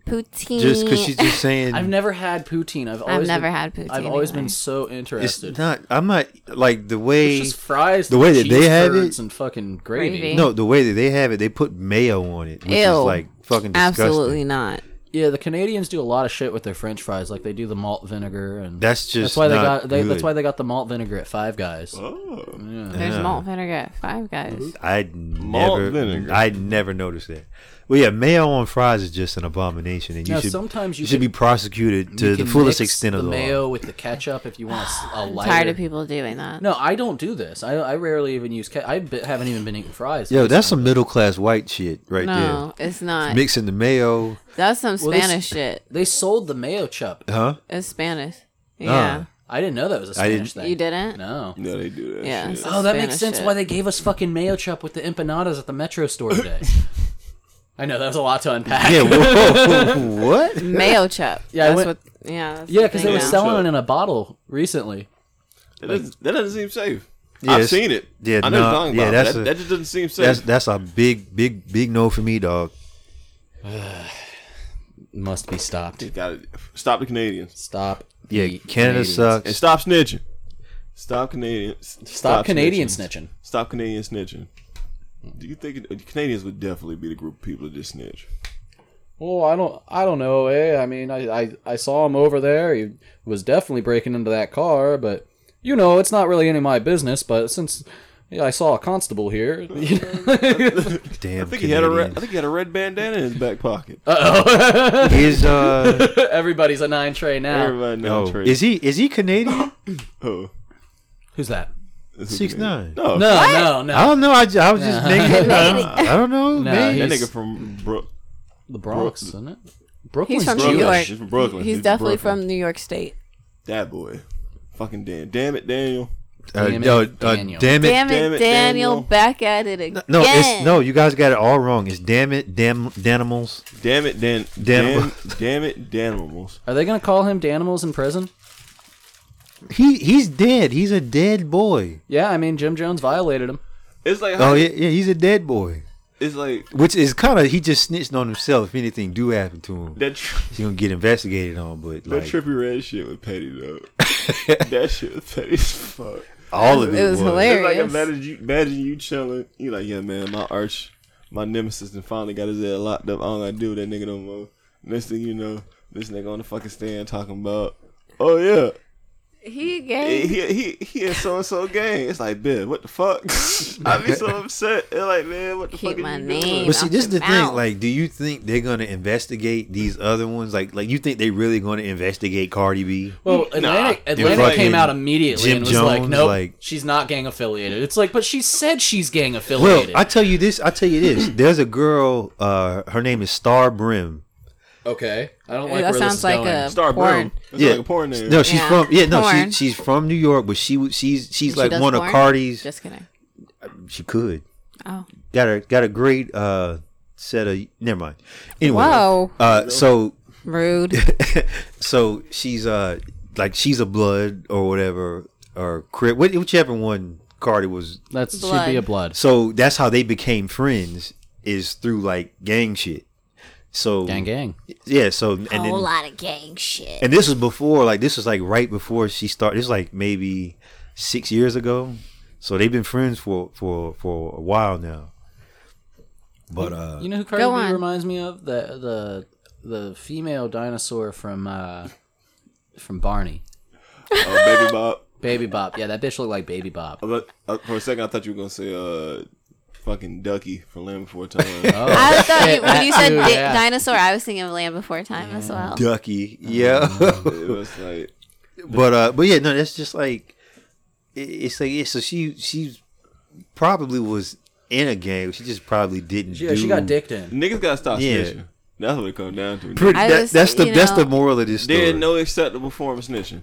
Speaker 8: poutine.
Speaker 9: Just because she's just saying,
Speaker 1: I've never had poutine. I've always
Speaker 8: I've never
Speaker 1: been,
Speaker 8: had poutine.
Speaker 1: I've always
Speaker 8: either.
Speaker 1: been so
Speaker 9: it's
Speaker 1: interested.
Speaker 9: not. I'm not like the way.
Speaker 1: It's just fries,
Speaker 9: The way that they
Speaker 1: cheese
Speaker 9: have
Speaker 1: curds,
Speaker 9: it-
Speaker 1: and fucking gravy.
Speaker 8: Gravy.
Speaker 9: No, the way that they have it, they put mayo on it, which
Speaker 8: Ew.
Speaker 9: is like fucking disgusting.
Speaker 8: Absolutely not.
Speaker 1: Yeah, the Canadians do a lot of shit with their French fries, like they do the malt vinegar, and
Speaker 9: That's just
Speaker 1: that's why they
Speaker 9: not
Speaker 1: got they, that's
Speaker 9: good.
Speaker 1: why they got the malt vinegar at Five Guys.
Speaker 7: Oh,
Speaker 8: There's
Speaker 9: Yeah.
Speaker 8: malt vinegar at Five Guys.
Speaker 9: I'd
Speaker 7: Malt
Speaker 9: never,
Speaker 7: vinegar.
Speaker 9: I'd never noticed that. Well, yeah, mayo on fries is just an abomination, and you
Speaker 1: Now,
Speaker 9: should
Speaker 1: sometimes you
Speaker 9: should
Speaker 1: can-
Speaker 9: be prosecuted to
Speaker 1: You
Speaker 9: the
Speaker 1: can
Speaker 9: fullest
Speaker 1: mix
Speaker 9: extent of the,
Speaker 1: the
Speaker 9: law.
Speaker 1: mayo with the ketchup if you want a s- a lighter.
Speaker 8: Tired of people doing that.
Speaker 1: No, I don't do this. I, I rarely even use. Ke- I be- haven't even been eating fries.
Speaker 9: Yo, that's some middle class white shit right
Speaker 8: No, it's
Speaker 9: there.
Speaker 8: not.
Speaker 9: Mixing the mayo,
Speaker 8: That's some
Speaker 1: Well, this-
Speaker 8: Spanish shit.
Speaker 1: They sold the mayo chup.
Speaker 9: huh?
Speaker 8: It's Spanish. Yeah.
Speaker 1: I didn't know that was a
Speaker 9: I
Speaker 1: Spanish
Speaker 9: didn't-
Speaker 1: thing.
Speaker 8: you didn't?
Speaker 1: No.
Speaker 7: yeah, they do that.
Speaker 8: Yeah. it's
Speaker 7: shit.
Speaker 8: a
Speaker 1: Oh, that makes
Speaker 8: Spanish
Speaker 1: sense.
Speaker 8: shit.
Speaker 1: Why they gave us fucking mayo chup with the empanadas at the Metro store today. I know that was a lot to unpack.
Speaker 9: Yeah, whoa, what?
Speaker 8: mayo chup.
Speaker 1: Yeah, I
Speaker 8: that's
Speaker 1: went-
Speaker 8: what. Yeah, that's
Speaker 1: yeah,
Speaker 8: the
Speaker 1: because
Speaker 8: thing
Speaker 1: they were
Speaker 8: now.
Speaker 1: selling it in a bottle recently.
Speaker 7: That doesn't, that doesn't seem safe.
Speaker 9: Yeah,
Speaker 7: I've
Speaker 9: it's-
Speaker 7: seen it.
Speaker 9: yeah,
Speaker 7: I know what
Speaker 9: nah,
Speaker 7: you're talking
Speaker 9: yeah,
Speaker 7: about.
Speaker 9: that's
Speaker 7: that,
Speaker 9: a-
Speaker 7: that just doesn't seem safe.
Speaker 9: That's that's a big, big, big no for me, dog.
Speaker 1: Must be stopped.
Speaker 7: Gotta stop the Canadians
Speaker 1: Stop.
Speaker 9: Yeah,
Speaker 1: the
Speaker 9: Canada
Speaker 1: Canadians.
Speaker 9: sucks.
Speaker 7: and stop snitching. Stop Canadians. Stop,
Speaker 1: Stop Canadian snitching.
Speaker 7: Stop Canadian snitching. Do you think it, Canadians would definitely be the group of people that just snitch?
Speaker 1: Well, Oh, I don't, I don't know. Eh? I mean, I, I, I saw him over there. He was definitely breaking into that car, but you know, it's not really any of my business. But since yeah, I saw a constable here,
Speaker 9: Damn,
Speaker 7: I think he had a red.
Speaker 9: Canadians.
Speaker 7: I think he had a red bandana in his back pocket.
Speaker 1: Uh,
Speaker 9: Is uh
Speaker 1: everybody's a nine tray now.
Speaker 7: Everybody
Speaker 1: Oh.
Speaker 7: knows.
Speaker 9: no. oh, is he is he Canadian?
Speaker 7: oh,
Speaker 1: Who's that?
Speaker 9: Six nine.
Speaker 1: No,
Speaker 7: No,
Speaker 1: no,
Speaker 9: I
Speaker 1: no.
Speaker 9: don't know. I, ju- I was just making. I don't know.
Speaker 1: No,
Speaker 9: man.
Speaker 7: that
Speaker 1: he's-
Speaker 7: nigga from Brook.
Speaker 1: The Bronx, isn't it? Brooklyn.
Speaker 8: He's from
Speaker 7: Brooklyn.
Speaker 8: New York.
Speaker 7: He's from Brooklyn.
Speaker 8: He's,
Speaker 7: He's from
Speaker 8: definitely
Speaker 7: Brooklyn.
Speaker 8: from New York State.
Speaker 7: That boy, fucking damn, damn it, Daniel.
Speaker 9: Uh,
Speaker 1: Damn it,
Speaker 9: no, uh,
Speaker 1: Daniel.
Speaker 9: damn it.
Speaker 8: Damn it,
Speaker 7: Damn it,
Speaker 8: Daniel,
Speaker 7: Daniel.
Speaker 8: back at it again.
Speaker 9: No, it's no. You guys got it all wrong. It's damn it, damn Danimals.
Speaker 7: Damn it, Dan. Damn,
Speaker 9: Damn.
Speaker 7: damn it, Danimals.
Speaker 1: Are they gonna call him Danimals in prison?
Speaker 9: He he's dead. He's a dead boy.
Speaker 1: Yeah, I mean Jim Jones violated him.
Speaker 7: It's like
Speaker 9: Oh yeah, yeah, he's a dead boy.
Speaker 7: it's like
Speaker 9: Which is kind of he just snitched on himself. If anything do happen to him,
Speaker 7: that tr-
Speaker 9: he's gonna get investigated on. But
Speaker 7: that
Speaker 9: like
Speaker 7: trippy red shit was petty though. that shit was petty as fuck.
Speaker 9: all of
Speaker 8: It
Speaker 9: it,
Speaker 8: was hilarious.
Speaker 7: It's like imagine you imagine you chilling. You like, yeah, man, my arch, my nemesis, and finally got his head locked up. I don't gotta deal with that nigga no more. Next thing you know, this nigga on the fucking stand talking about, oh yeah,
Speaker 8: He
Speaker 7: he
Speaker 8: gave.
Speaker 7: he he in so and so gang. It's like, bitch, what the fuck? I be so upset. It's like, man, what the
Speaker 8: Keep
Speaker 7: fuck? is
Speaker 8: my
Speaker 7: you
Speaker 8: name.
Speaker 7: Doing?
Speaker 9: But see, this is the
Speaker 8: Knock him
Speaker 9: thing.
Speaker 8: out.
Speaker 9: Like, do you think they're gonna investigate these other ones? Like, like you think they really gonna investigate Cardi B?
Speaker 1: Well, Atlantic, Atlantic
Speaker 9: fucking
Speaker 1: came out immediately
Speaker 9: Jim
Speaker 1: and was like,
Speaker 9: Jones,
Speaker 1: "Nope,
Speaker 9: like-
Speaker 1: she's not gang affiliated." It's like, but she said she's gang
Speaker 9: Well,
Speaker 1: affiliated.
Speaker 9: I tell you this. I tell you this. There's a girl. Uh, her name is Star Brim.
Speaker 1: okay, I don't like
Speaker 8: that
Speaker 1: where
Speaker 8: sounds
Speaker 1: this is
Speaker 8: like
Speaker 1: going.
Speaker 8: a
Speaker 7: Star
Speaker 8: porn.
Speaker 7: Brown. That's like a porn name.
Speaker 9: No, she's
Speaker 8: Yeah.
Speaker 9: from yeah. No,
Speaker 8: Porn.
Speaker 9: she, she's from New York, but she was- she's she's
Speaker 8: She
Speaker 9: like
Speaker 8: does
Speaker 9: one of
Speaker 8: porn?
Speaker 9: Cardi's.
Speaker 8: Just kidding.
Speaker 9: she could
Speaker 8: Oh,
Speaker 9: got a got a great uh set of never mind. Anyway,
Speaker 8: Whoa.
Speaker 9: uh, so
Speaker 8: rude.
Speaker 9: so she's uh like she's a blood or whatever or crip whi- whichever one Cardi was.
Speaker 1: That's
Speaker 8: Blood.
Speaker 1: should be a blood
Speaker 9: So that's how they became friends is through like gang shit. So
Speaker 1: gang gang.
Speaker 9: yeah. So and
Speaker 8: A
Speaker 9: then
Speaker 8: whole lot of gang shit.
Speaker 9: and this was before like this was like right before she started. This was like maybe six years ago. So they've been friends for for for a while now. But uh,
Speaker 1: You know who Cardi
Speaker 8: Go
Speaker 1: B
Speaker 8: on.
Speaker 1: reminds me of the the the female dinosaur from uh from Barney,
Speaker 7: Oh, baby Bob.
Speaker 1: Baby Bop. Yeah, that bitch looked like Baby Bop.
Speaker 7: I thought- uh, For a second, I thought you were gonna say, uh, fucking Ducky from Land Before Time.
Speaker 1: Oh.
Speaker 8: I thought you, when you said
Speaker 1: Dude,
Speaker 8: di-
Speaker 1: yeah.
Speaker 8: dinosaur, I was thinking of Land Before Time as well.
Speaker 9: Ducky, yeah.
Speaker 7: it was like,
Speaker 9: but uh, but yeah, no, that's just like it- it's like yeah. So she she probably was in a game. She just probably didn't.
Speaker 1: Yeah, she
Speaker 9: do-
Speaker 1: got dicked in.
Speaker 7: niggas gotta stop
Speaker 9: Yeah.
Speaker 7: snitching. That's what it comes down to.
Speaker 9: Pretty,
Speaker 8: I
Speaker 9: that,
Speaker 8: was-
Speaker 9: that's the
Speaker 8: you
Speaker 9: that's
Speaker 8: know-
Speaker 9: the moral of this story.
Speaker 7: There is no acceptable form of snitching.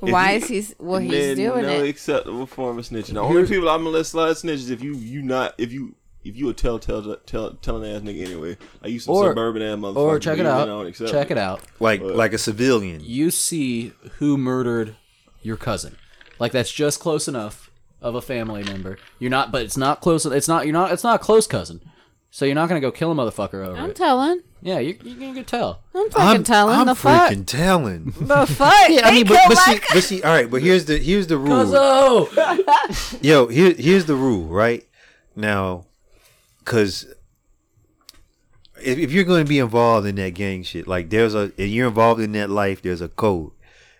Speaker 8: Why
Speaker 7: you-
Speaker 8: is he? Well,
Speaker 7: There
Speaker 8: he's
Speaker 7: is
Speaker 8: doing
Speaker 7: no
Speaker 8: it.
Speaker 7: acceptable form of snitching. The only people I'm gonna let slide snitch is if you you not if you if you a telltale tell telling ass nigga anyway. I used some
Speaker 1: Or-
Speaker 7: suburban ass motherfucker.
Speaker 1: Or check
Speaker 7: but
Speaker 1: it
Speaker 7: you
Speaker 1: out.
Speaker 7: know, I don't accept
Speaker 1: Check it out.
Speaker 9: like like a civilian.
Speaker 1: You see who murdered your cousin. Like that's just close enough of a family member. You're not, but it's not close. It's not. You're not. It's not a close cousin. So you're not gonna go kill a motherfucker over
Speaker 8: I'm
Speaker 1: it.
Speaker 8: telling.
Speaker 1: yeah, you you can you can tell.
Speaker 8: I'm fucking telling
Speaker 9: I'm
Speaker 8: the fuck.
Speaker 9: freaking telling.
Speaker 8: The fuck.
Speaker 9: I mean,
Speaker 8: They
Speaker 9: but,
Speaker 8: killed
Speaker 9: but
Speaker 8: my
Speaker 9: see, but see, all right. But here's the here's the rule.
Speaker 1: uh, So
Speaker 9: Yo, here here's the rule, right? Now, because if, if you're going to be involved in that gang shit, like there's a, and you're involved in that life, there's a code.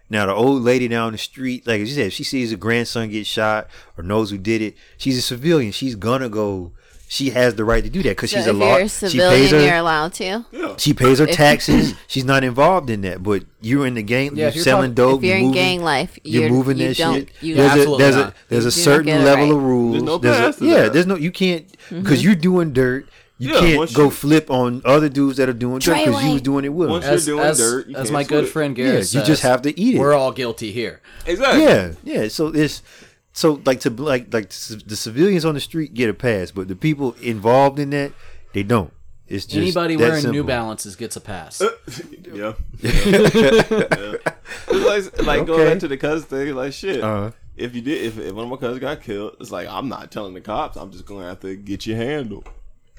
Speaker 9: Now, the old lady down the street, like she said, if she sees a grandson get shot or knows who did it, she's a civilian. She's gonna go. She has the right to do that because
Speaker 8: So
Speaker 9: she's a
Speaker 8: if
Speaker 9: law.
Speaker 8: you're a
Speaker 9: she pays
Speaker 8: civilian, you're
Speaker 9: her.
Speaker 8: allowed to.
Speaker 9: She pays her
Speaker 8: if-
Speaker 9: taxes. she's not involved in that, but you're in the gang.
Speaker 1: Yeah, if
Speaker 9: you're
Speaker 1: you're
Speaker 9: selling
Speaker 1: talking-
Speaker 9: dope.
Speaker 8: If you're in
Speaker 9: moving-
Speaker 8: gang life,
Speaker 9: you're,
Speaker 8: you're,
Speaker 9: moving
Speaker 8: you
Speaker 9: that
Speaker 8: don't,
Speaker 9: shit.
Speaker 8: You
Speaker 9: there's a
Speaker 1: Absolutely
Speaker 9: there's
Speaker 1: not.
Speaker 9: a there's a
Speaker 8: do not
Speaker 9: certain
Speaker 8: get it
Speaker 9: level
Speaker 8: right.
Speaker 9: of rules.
Speaker 7: There's no
Speaker 9: a-
Speaker 7: pass to
Speaker 9: yeah,
Speaker 7: that.
Speaker 9: there's no you can't
Speaker 1: Mm-hmm.
Speaker 9: because you're doing dirt. You
Speaker 7: Yeah,
Speaker 9: can't
Speaker 7: once
Speaker 9: go
Speaker 7: you-
Speaker 9: flip on other dudes that are doing dirt because you was doing it with.
Speaker 7: Once
Speaker 9: them.
Speaker 7: you're
Speaker 1: as,
Speaker 7: doing
Speaker 1: as,
Speaker 7: dirt, you
Speaker 1: as
Speaker 7: can't
Speaker 1: my good
Speaker 7: switch.
Speaker 1: friend Gary
Speaker 9: Yeah, you
Speaker 1: says,
Speaker 9: just have to eat it.
Speaker 1: We're all guilty here.
Speaker 7: Exactly.
Speaker 9: yeah, yeah. So it's so like to like like c- the civilians on the street get a pass, but the people involved in that they don't. It's just
Speaker 1: Anybody
Speaker 9: that
Speaker 1: wearing New
Speaker 9: simple.
Speaker 1: Balances gets a pass.
Speaker 8: Uh,
Speaker 7: Yeah. yeah. It's like, like going
Speaker 9: Okay.
Speaker 7: back to the cousin thing, like shit.
Speaker 9: Uh-huh.
Speaker 7: If you did, if, if one of my cousins got killed, it's like I'm not telling the cops. I'm just gonna have to get your handle.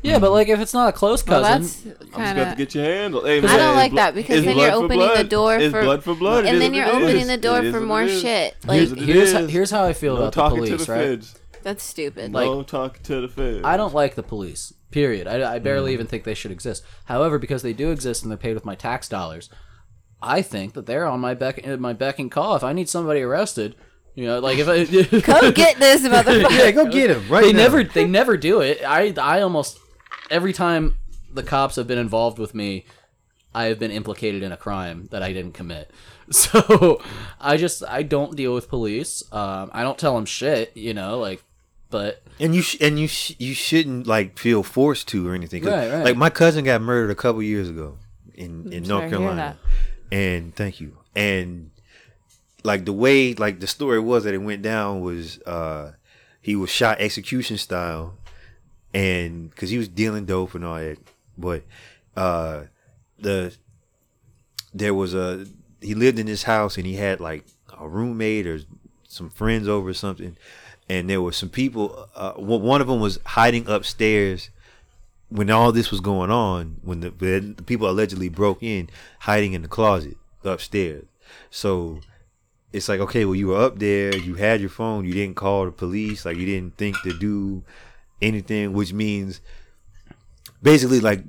Speaker 1: yeah, but like if it's not a close
Speaker 8: Well,
Speaker 1: cousin,
Speaker 8: that's
Speaker 7: I'm just gonna have
Speaker 8: kind
Speaker 7: to
Speaker 8: of.
Speaker 7: get your handle. Hey,
Speaker 8: I
Speaker 7: man,
Speaker 8: don't
Speaker 7: it's
Speaker 8: like
Speaker 7: blo-
Speaker 8: that because
Speaker 7: it's
Speaker 8: then you're
Speaker 7: blood for
Speaker 8: opening
Speaker 7: blood.
Speaker 8: the door
Speaker 7: It's
Speaker 8: for
Speaker 7: blood for blood. It
Speaker 8: and
Speaker 7: is
Speaker 8: then
Speaker 7: what
Speaker 8: you're
Speaker 7: it
Speaker 8: opening
Speaker 7: is.
Speaker 8: the door
Speaker 7: It is
Speaker 8: for
Speaker 7: what it
Speaker 8: more
Speaker 7: is.
Speaker 8: shit.
Speaker 7: Here's
Speaker 8: Like
Speaker 7: what it
Speaker 1: here's
Speaker 7: is.
Speaker 1: how, here's how I feel
Speaker 7: no
Speaker 1: about the
Speaker 7: talking
Speaker 1: police,
Speaker 7: to the
Speaker 1: right?
Speaker 7: feds.
Speaker 8: that's stupid.
Speaker 1: Like-
Speaker 7: no talking to the feds.
Speaker 1: I don't like the police. Period. I, I barely even think they should exist. However, because they do exist and they're paid with my tax dollars, I think that they're on my beck uh, my beck and call. If I need somebody arrested, you know, like if I
Speaker 8: Go get this motherfucker.
Speaker 9: Yeah, go get him right
Speaker 1: they
Speaker 9: now.
Speaker 1: never they never do it. I I almost every time the cops have been involved with me, I have been implicated in a crime that I didn't commit. So I just I don't deal with police. Um, I don't tell them shit. You know, like but
Speaker 9: and you sh- and you sh- you shouldn't like feel forced to or anything. 'Cause,
Speaker 1: Right, right.
Speaker 9: Like my cousin got murdered a couple years ago in in
Speaker 8: sorry
Speaker 9: North
Speaker 8: to hear
Speaker 9: Carolina, and thank you. And like the way like the story was that it went down was uh he was shot execution style, and because he was dealing dope and all that, but uh the there was a he lived in this house and he had like a roommate or some friends over or something and there were some people. Uh, one one of them was hiding upstairs when all this was going on. When the, when the people allegedly broke in, hiding in the closet upstairs. So it's like, okay, well, you were up there, you had your phone, you didn't call the police, like you didn't think to do anything, which means basically like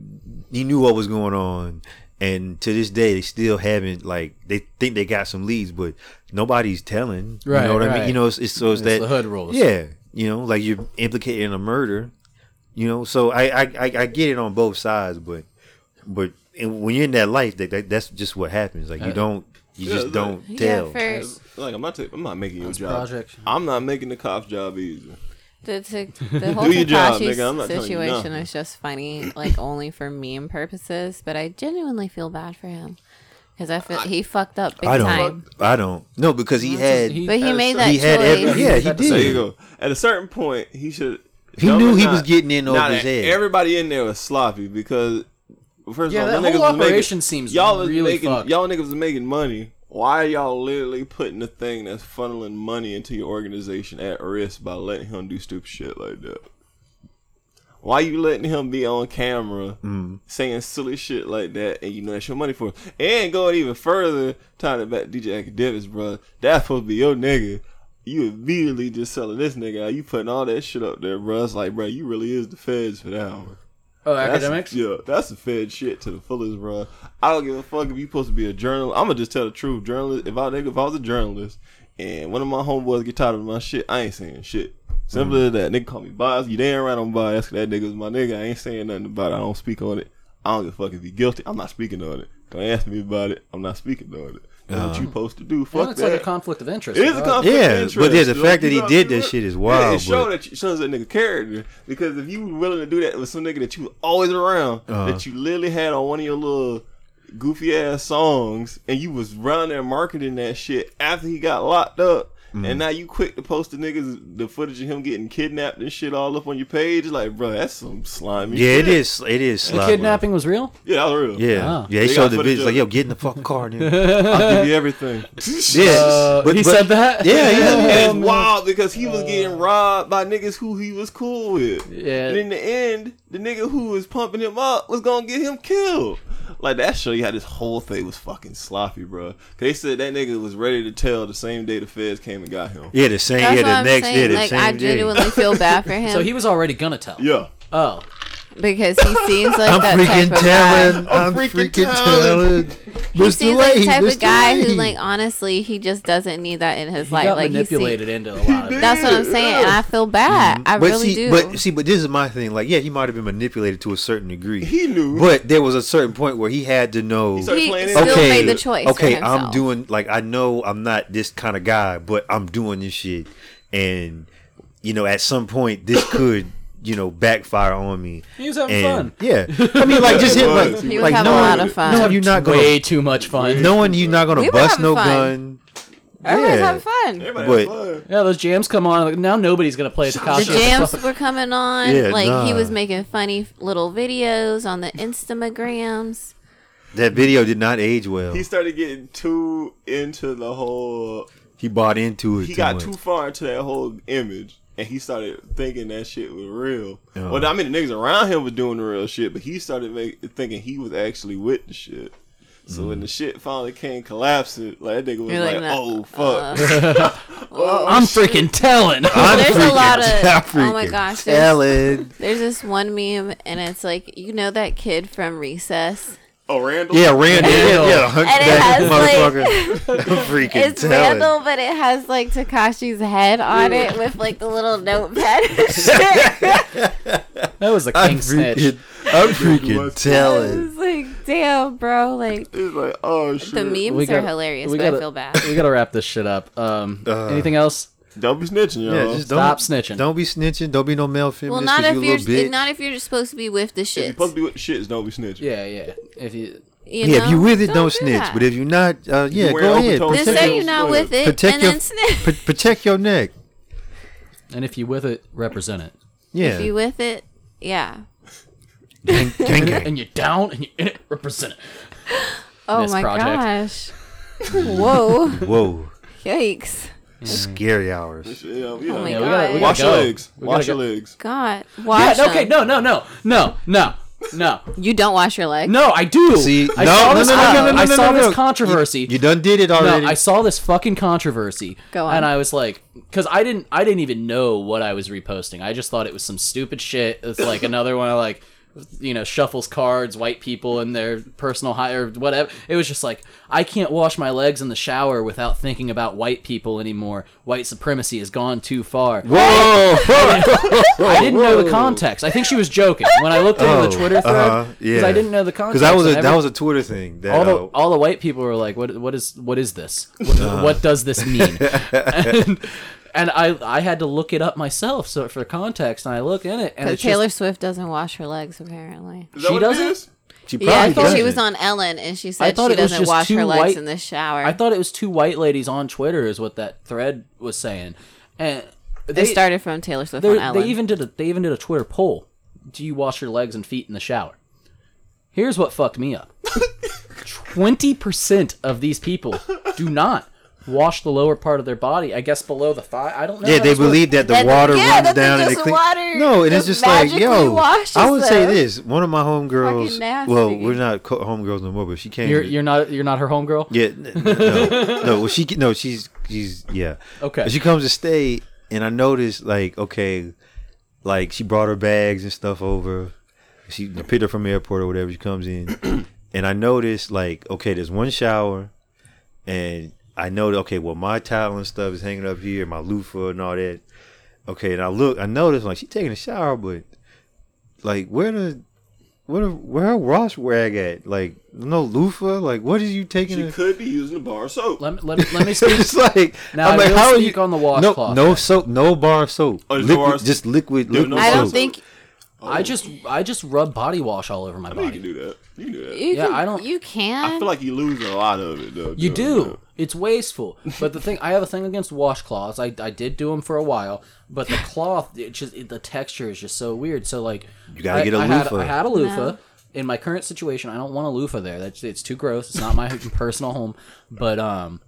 Speaker 9: he knew what was going on and to this day they still haven't like they think they got some leads but nobody's telling you
Speaker 1: Right,
Speaker 9: know what i
Speaker 1: right.
Speaker 9: mean you know it's, it's so it's,
Speaker 1: It's
Speaker 9: that
Speaker 1: the hood rules.
Speaker 9: yeah you know like you're implicated in a murder you know so i i i, I get it on both sides but but and when you're in that life that, that that's just what happens like you don't you
Speaker 7: Yeah,
Speaker 9: just
Speaker 7: like-
Speaker 9: don't
Speaker 8: Yeah,
Speaker 9: tell
Speaker 8: for
Speaker 7: Like I'm not, ta- I'm not making your job.
Speaker 1: project.
Speaker 7: I'm not making the cop's job easy.
Speaker 8: the, to, the whole
Speaker 7: your job,
Speaker 8: Takashi
Speaker 7: nigga. I'm not telling you
Speaker 8: situation
Speaker 7: nothing.
Speaker 8: is just funny, like only for meme purposes. But I genuinely feel bad for him because I feel he fucked up big
Speaker 9: i don't
Speaker 8: time.
Speaker 9: i don't no because he had he,
Speaker 1: he- oh,
Speaker 8: But he
Speaker 7: At a certain-
Speaker 8: made that
Speaker 9: had
Speaker 8: choice.
Speaker 9: every, yeah he
Speaker 7: There you
Speaker 9: did
Speaker 7: go. At a certain point, he should.
Speaker 9: He
Speaker 7: Dumb
Speaker 9: knew
Speaker 7: or
Speaker 9: he was getting in
Speaker 7: nah,
Speaker 9: over his
Speaker 7: that-
Speaker 9: head.
Speaker 7: Everybody in there was sloppy because first
Speaker 1: Yeah,
Speaker 7: of
Speaker 1: that
Speaker 7: all, them niggas
Speaker 1: whole
Speaker 7: was making-
Speaker 1: operation seems
Speaker 7: y'all was
Speaker 1: really
Speaker 7: making
Speaker 1: fucked.
Speaker 7: y'all niggas was making money. Why are y'all literally putting the thing that's funneling money into your organization at risk by letting him do stupid shit like that? Why you letting him be on camera
Speaker 1: Mm.
Speaker 7: saying silly shit like that and you know that's your money for? And going even further, tying it back to DJ Academics, bro. That's supposed to be your nigga. You immediately just selling this nigga out. You putting all that shit up there, bro. It's like, bro, you really is the feds for that one.
Speaker 1: Oh,
Speaker 7: That's-
Speaker 1: academics.
Speaker 7: Yeah, that's the fed shit to the fullest, bro. I don't give a fuck if you supposed to be a journalist. I'm gonna just tell the truth, journalist. If I nigga, if I was a journalist and one of my homeboys get tired of my shit, I ain't saying shit. Simple
Speaker 1: Mm-hmm.
Speaker 7: as that. Nigga call me bias. You damn right I'm biased. 'cause That nigga was my nigga. I ain't saying nothing about it. I don't speak on it. I don't give a fuck if he guilty. I'm not speaking on it. Don't ask me about it. I'm not speaking on it. That's what you supposed to do. Fuck
Speaker 1: Oh. Well, it's
Speaker 7: that.
Speaker 1: like a conflict of interest.
Speaker 7: It is a
Speaker 1: Fuck.
Speaker 7: conflict of
Speaker 9: Yeah, but
Speaker 7: interest,
Speaker 9: there's the
Speaker 7: yo.
Speaker 9: fact that
Speaker 7: You
Speaker 9: he
Speaker 7: know what
Speaker 9: did
Speaker 7: I
Speaker 9: that
Speaker 7: mean?
Speaker 9: shit is
Speaker 7: Yeah,
Speaker 9: wild,
Speaker 7: It shows
Speaker 9: but-
Speaker 7: that you- shows that nigga character because if you willing to do that with some nigga that you always around,
Speaker 9: Uh-huh.
Speaker 7: that you literally had on one of your little goofy ass songs, and you was running there marketing that shit after he got locked up.
Speaker 9: Mm-hmm.
Speaker 7: And now you quick to post the niggas the footage of him getting kidnapped and shit all up on your page, like bro, that's some slimy.
Speaker 9: yeah
Speaker 7: shit.
Speaker 9: it is it is
Speaker 1: The
Speaker 9: sloppy.
Speaker 1: kidnapping was real.
Speaker 7: Yeah, that was real.
Speaker 9: yeah
Speaker 1: Ah.
Speaker 9: yeah they,
Speaker 7: They
Speaker 9: showed
Speaker 7: got
Speaker 9: the
Speaker 7: footage
Speaker 9: bitch
Speaker 7: of
Speaker 9: like
Speaker 7: it.
Speaker 9: yo get in the fucking car nigga.
Speaker 7: I'll give you everything.
Speaker 9: yeah
Speaker 1: Uh, he said that.
Speaker 9: yeah he
Speaker 7: And it's wild because he was getting robbed by niggas who he was cool with.
Speaker 1: Yeah.
Speaker 7: And in the end, the nigga who was pumping him up was gonna get him killed. Like that show you how this whole thing was fucking sloppy, bro. 'Cause They said that nigga was ready to tell the same day the feds came and got him.
Speaker 9: Yeah, the same.
Speaker 8: That's
Speaker 9: yeah,
Speaker 8: what
Speaker 9: the
Speaker 8: I'm
Speaker 9: next. Yeah,
Speaker 8: saying.
Speaker 9: the
Speaker 8: Like
Speaker 9: same
Speaker 8: I
Speaker 9: day.
Speaker 8: genuinely feel bad for him
Speaker 1: So he was already gonna tell.
Speaker 7: Yeah.
Speaker 1: Oh,
Speaker 8: because he seems like
Speaker 9: I'm
Speaker 8: that
Speaker 9: freaking
Speaker 8: type of guy.
Speaker 9: telling. I'm
Speaker 7: freaking
Speaker 9: freaking telling.
Speaker 8: He seems like the type of guy who,
Speaker 9: Wayne.
Speaker 8: like, honestly, he just doesn't need that in his
Speaker 1: he
Speaker 8: life.
Speaker 1: got
Speaker 8: like,
Speaker 1: manipulated into a lot of
Speaker 8: He see, that's what I'm saying, and I feel bad. I
Speaker 9: Mm-hmm. But
Speaker 8: really
Speaker 9: see,
Speaker 8: do.
Speaker 9: but see, but this is my thing. Like, yeah, he might have been manipulated to a certain degree.
Speaker 7: He knew.
Speaker 9: but there was a certain point where he had to know.
Speaker 7: He started
Speaker 8: He
Speaker 7: playing it.
Speaker 8: still made the choice. for
Speaker 9: Okay, I'm
Speaker 8: himself.
Speaker 9: doing like I know I'm not this kind of guy, but I'm doing this shit, and you know, at some point, this could you know backfire on me.
Speaker 1: He was having
Speaker 9: And-
Speaker 1: fun.
Speaker 9: Yeah, I mean, like just him, like,
Speaker 8: He was
Speaker 9: like
Speaker 8: having a
Speaker 9: knowing-
Speaker 8: lot of fun.
Speaker 9: knowing you're not going
Speaker 1: way too much fun.
Speaker 9: knowing you're not gonna
Speaker 8: We were
Speaker 9: bust
Speaker 8: having
Speaker 9: no
Speaker 8: fun.
Speaker 9: gun.
Speaker 8: Everyone's
Speaker 9: yeah.
Speaker 8: having fun.
Speaker 7: Everybody
Speaker 9: but-
Speaker 7: had fun.
Speaker 1: Yeah, those jams come on. Like, now nobody's gonna play Takashi.
Speaker 8: The jams were coming on.
Speaker 9: Yeah,
Speaker 8: like he
Speaker 9: nah.
Speaker 8: was making funny little videos on the Instagrams.
Speaker 9: That video did not age well.
Speaker 7: He started getting too into the whole.
Speaker 9: he bought into it.
Speaker 7: He
Speaker 9: too
Speaker 7: got
Speaker 9: much.
Speaker 7: too far into that whole image. And he started thinking that shit was real.
Speaker 9: Yeah.
Speaker 7: Well, I mean, the niggas around him was doing the real shit, but he started make, thinking he was actually with the shit. So
Speaker 1: Mm-hmm.
Speaker 7: when the shit finally came collapsing, like that nigga was
Speaker 8: You're like,
Speaker 7: like,
Speaker 8: "Nah, uh.
Speaker 7: "Oh fuck!"
Speaker 8: Oh,
Speaker 1: I'm freaking telling.
Speaker 9: I'm
Speaker 8: There's a lot
Speaker 9: freaking-
Speaker 8: of-
Speaker 9: I'm
Speaker 8: oh my
Speaker 9: freaking
Speaker 8: gosh, there's-
Speaker 9: telling.
Speaker 8: There's this one meme, and it's like you know that kid from Recess.
Speaker 7: oh Randall,
Speaker 9: Yeah, Randall. Yeah,
Speaker 1: Randall.
Speaker 9: yeah, the hunchback
Speaker 8: has, like-
Speaker 9: motherfucker. I'm freaking
Speaker 8: It's
Speaker 9: telling.
Speaker 8: Randall, but it has like Takashi's head on it with like the little notepad. and shit.
Speaker 1: That was a
Speaker 9: I'm
Speaker 1: king snitch.
Speaker 9: freaking, I'm
Speaker 7: was-
Speaker 9: freaking telling.
Speaker 8: It's like, damn, bro. Like
Speaker 7: it's like, "Oh shit!"
Speaker 8: the memes
Speaker 1: We
Speaker 8: are
Speaker 1: gotta-
Speaker 8: hilarious,
Speaker 1: we
Speaker 8: but I
Speaker 1: gotta-
Speaker 8: feel bad.
Speaker 1: We gotta wrap this shit up. Um,
Speaker 9: Uh,
Speaker 1: anything else?
Speaker 7: Don't be snitching, y'all.
Speaker 9: Yeah, just
Speaker 1: Stop
Speaker 9: don't,
Speaker 1: snitching.
Speaker 9: Don't be snitching. Don't be no male
Speaker 8: Well,
Speaker 9: feminist.
Speaker 8: not
Speaker 9: 'cause
Speaker 8: if
Speaker 9: you
Speaker 8: you're
Speaker 9: a little bitch.
Speaker 8: not if you're supposed to be with the
Speaker 7: if you're
Speaker 8: shit.
Speaker 7: supposed to be with the shits, don't be snitching.
Speaker 1: Yeah, yeah. If you
Speaker 9: yeah, if you with it, don't, snitch. But if you're not, uh, yeah,
Speaker 7: wear
Speaker 9: go
Speaker 7: open
Speaker 9: ahead.
Speaker 7: toes,
Speaker 8: just
Speaker 7: Protect
Speaker 8: say
Speaker 7: your-
Speaker 8: you're not with it,
Speaker 9: protect
Speaker 8: and
Speaker 9: your-
Speaker 8: then snitch.
Speaker 9: Pr- protect your neck.
Speaker 1: and if you with it, represent it.
Speaker 9: Yeah.
Speaker 8: If you with it, yeah.
Speaker 9: gang, gang, gang.
Speaker 1: And you're down and you're in it, represent it.
Speaker 8: Oh
Speaker 1: This
Speaker 8: my
Speaker 1: project.
Speaker 8: gosh! Whoa!
Speaker 9: Whoa.
Speaker 8: Yikes!
Speaker 9: Scary hours.
Speaker 7: Yeah, yeah.
Speaker 8: Oh my
Speaker 1: Yeah, we gotta- we
Speaker 8: god.
Speaker 7: Wash your
Speaker 1: go.
Speaker 7: legs.
Speaker 1: We
Speaker 7: Wash
Speaker 1: gotta
Speaker 7: your legs.
Speaker 8: God.
Speaker 1: Yeah,
Speaker 8: Wash
Speaker 1: no, okay,
Speaker 8: them.
Speaker 1: no, no, no, no, no, no,
Speaker 8: You don't wash your legs.
Speaker 1: no. I do.
Speaker 9: See,
Speaker 1: I
Speaker 9: no,
Speaker 1: saw
Speaker 9: no,
Speaker 1: this,
Speaker 9: no, no,
Speaker 1: I,
Speaker 9: no, no,
Speaker 1: I
Speaker 9: no,
Speaker 1: saw
Speaker 9: no,
Speaker 1: this
Speaker 9: no.
Speaker 1: controversy.
Speaker 9: You done did it
Speaker 1: no,
Speaker 9: already.
Speaker 1: I saw this fucking controversy.
Speaker 8: Go on.
Speaker 1: And I was like, because I didn't, I didn't even know what I was reposting. I just thought it was some stupid shit. It's like another one of like, you know, shuffles cards, white people and their personal high or whatever. It was just like, I can't wash my legs in the shower without thinking about white people anymore. White supremacy has gone too far.
Speaker 9: Whoa!
Speaker 1: I didn't know the context. I think she was joking when I looked into the Twitter thread
Speaker 9: uh-huh, yeah.
Speaker 1: I didn't know the context.
Speaker 9: Because that was a
Speaker 1: and
Speaker 9: that
Speaker 1: every-
Speaker 9: was a Twitter thing. That
Speaker 1: all the
Speaker 9: uh,
Speaker 1: all the white people were like, "What what is what is this? What,
Speaker 9: Uh-huh.
Speaker 1: what does this mean?" and, and I I had to look it up myself so for context. And I look in it, and
Speaker 8: But
Speaker 1: it's
Speaker 8: Taylor
Speaker 1: just,
Speaker 8: Swift doesn't wash her legs apparently.
Speaker 7: Is that
Speaker 1: She
Speaker 7: what it
Speaker 1: doesn't?
Speaker 7: is?
Speaker 9: she
Speaker 8: Yeah, I
Speaker 9: probably
Speaker 8: think she
Speaker 9: doesn't.
Speaker 8: was on Ellen and she
Speaker 1: I
Speaker 8: said
Speaker 1: thought
Speaker 8: she
Speaker 1: it was
Speaker 8: doesn't
Speaker 1: just
Speaker 8: wash
Speaker 1: two
Speaker 8: her legs
Speaker 1: white-
Speaker 8: in the shower.
Speaker 1: I thought it was two white ladies on Twitter is what that thread was saying, and
Speaker 8: they, started from Taylor Swift
Speaker 1: they-
Speaker 8: on Ellen.
Speaker 1: they even did a they even did a Twitter poll. Do you wash your legs and feet in the shower? Here's what fucked me up. Twenty percent of these people do not wash the lower part of their body. I guess below the thigh. I don't know.
Speaker 9: Yeah,
Speaker 1: how
Speaker 9: they
Speaker 1: that's what-
Speaker 9: believe that the
Speaker 8: That-
Speaker 9: water
Speaker 8: yeah,
Speaker 9: runs
Speaker 8: that they
Speaker 9: down and
Speaker 8: just
Speaker 9: it clean.
Speaker 8: water
Speaker 9: no, and it's
Speaker 8: just
Speaker 9: just like,
Speaker 8: magically
Speaker 9: yo,
Speaker 8: washes
Speaker 9: I would say
Speaker 8: them.
Speaker 9: this. One of my homegirls.
Speaker 8: Fucking nasty.
Speaker 9: Well, we're not co- homegirls no more, but she came.
Speaker 1: You're you're not you're not her homegirl.
Speaker 9: Yeah, n- n- no, no. Well, she ca- no, she's she's yeah.
Speaker 1: Okay.
Speaker 9: And she comes to stay, and I noticed like okay, like she brought her bags and stuff over. She picked her from the airport or whatever. She comes in, and I noticed like okay, there's one shower, and I know that okay, well my towel and stuff is hanging up here, my loofah and all that. Okay, and I look, I noticed like she taking a shower, but like where the where the, where her wash rag at? Like no loofah? Like what is you taking?
Speaker 7: She
Speaker 9: a-
Speaker 7: could be using the bar of soap.
Speaker 1: Let me let me, let me
Speaker 9: so
Speaker 1: speak.
Speaker 9: it's like
Speaker 1: Now,
Speaker 9: I'm
Speaker 1: I
Speaker 9: like,
Speaker 1: will
Speaker 9: how are
Speaker 1: speak
Speaker 9: you
Speaker 1: on the
Speaker 9: no
Speaker 1: washcloth
Speaker 9: no
Speaker 1: then.
Speaker 9: soap no bar of soap
Speaker 7: Oh, there's no
Speaker 9: liquid,
Speaker 7: bar of soap?
Speaker 9: just liquid
Speaker 7: There was no
Speaker 9: liquid
Speaker 8: I don't
Speaker 7: So-
Speaker 9: soap.
Speaker 8: think
Speaker 9: Oh.
Speaker 1: I just I just rub body wash all over my
Speaker 7: I mean, you can
Speaker 1: body.
Speaker 7: do that. You can do that.
Speaker 8: you
Speaker 1: Yeah,
Speaker 8: can,
Speaker 1: I don't-
Speaker 8: You can.
Speaker 7: I feel like you lose a lot of it though.
Speaker 1: You
Speaker 7: doing
Speaker 1: do. It's wasteful. But the thing I have a thing against washcloths. I I did do them for a while, but the cloth it just it, the texture is just so weird. So like
Speaker 9: You gotta
Speaker 1: I-
Speaker 9: get a
Speaker 1: I had-
Speaker 9: loofah.
Speaker 1: I had a loofah. In my current situation, I don't want a loofah there. That's it's too gross. It's not my personal home. But um,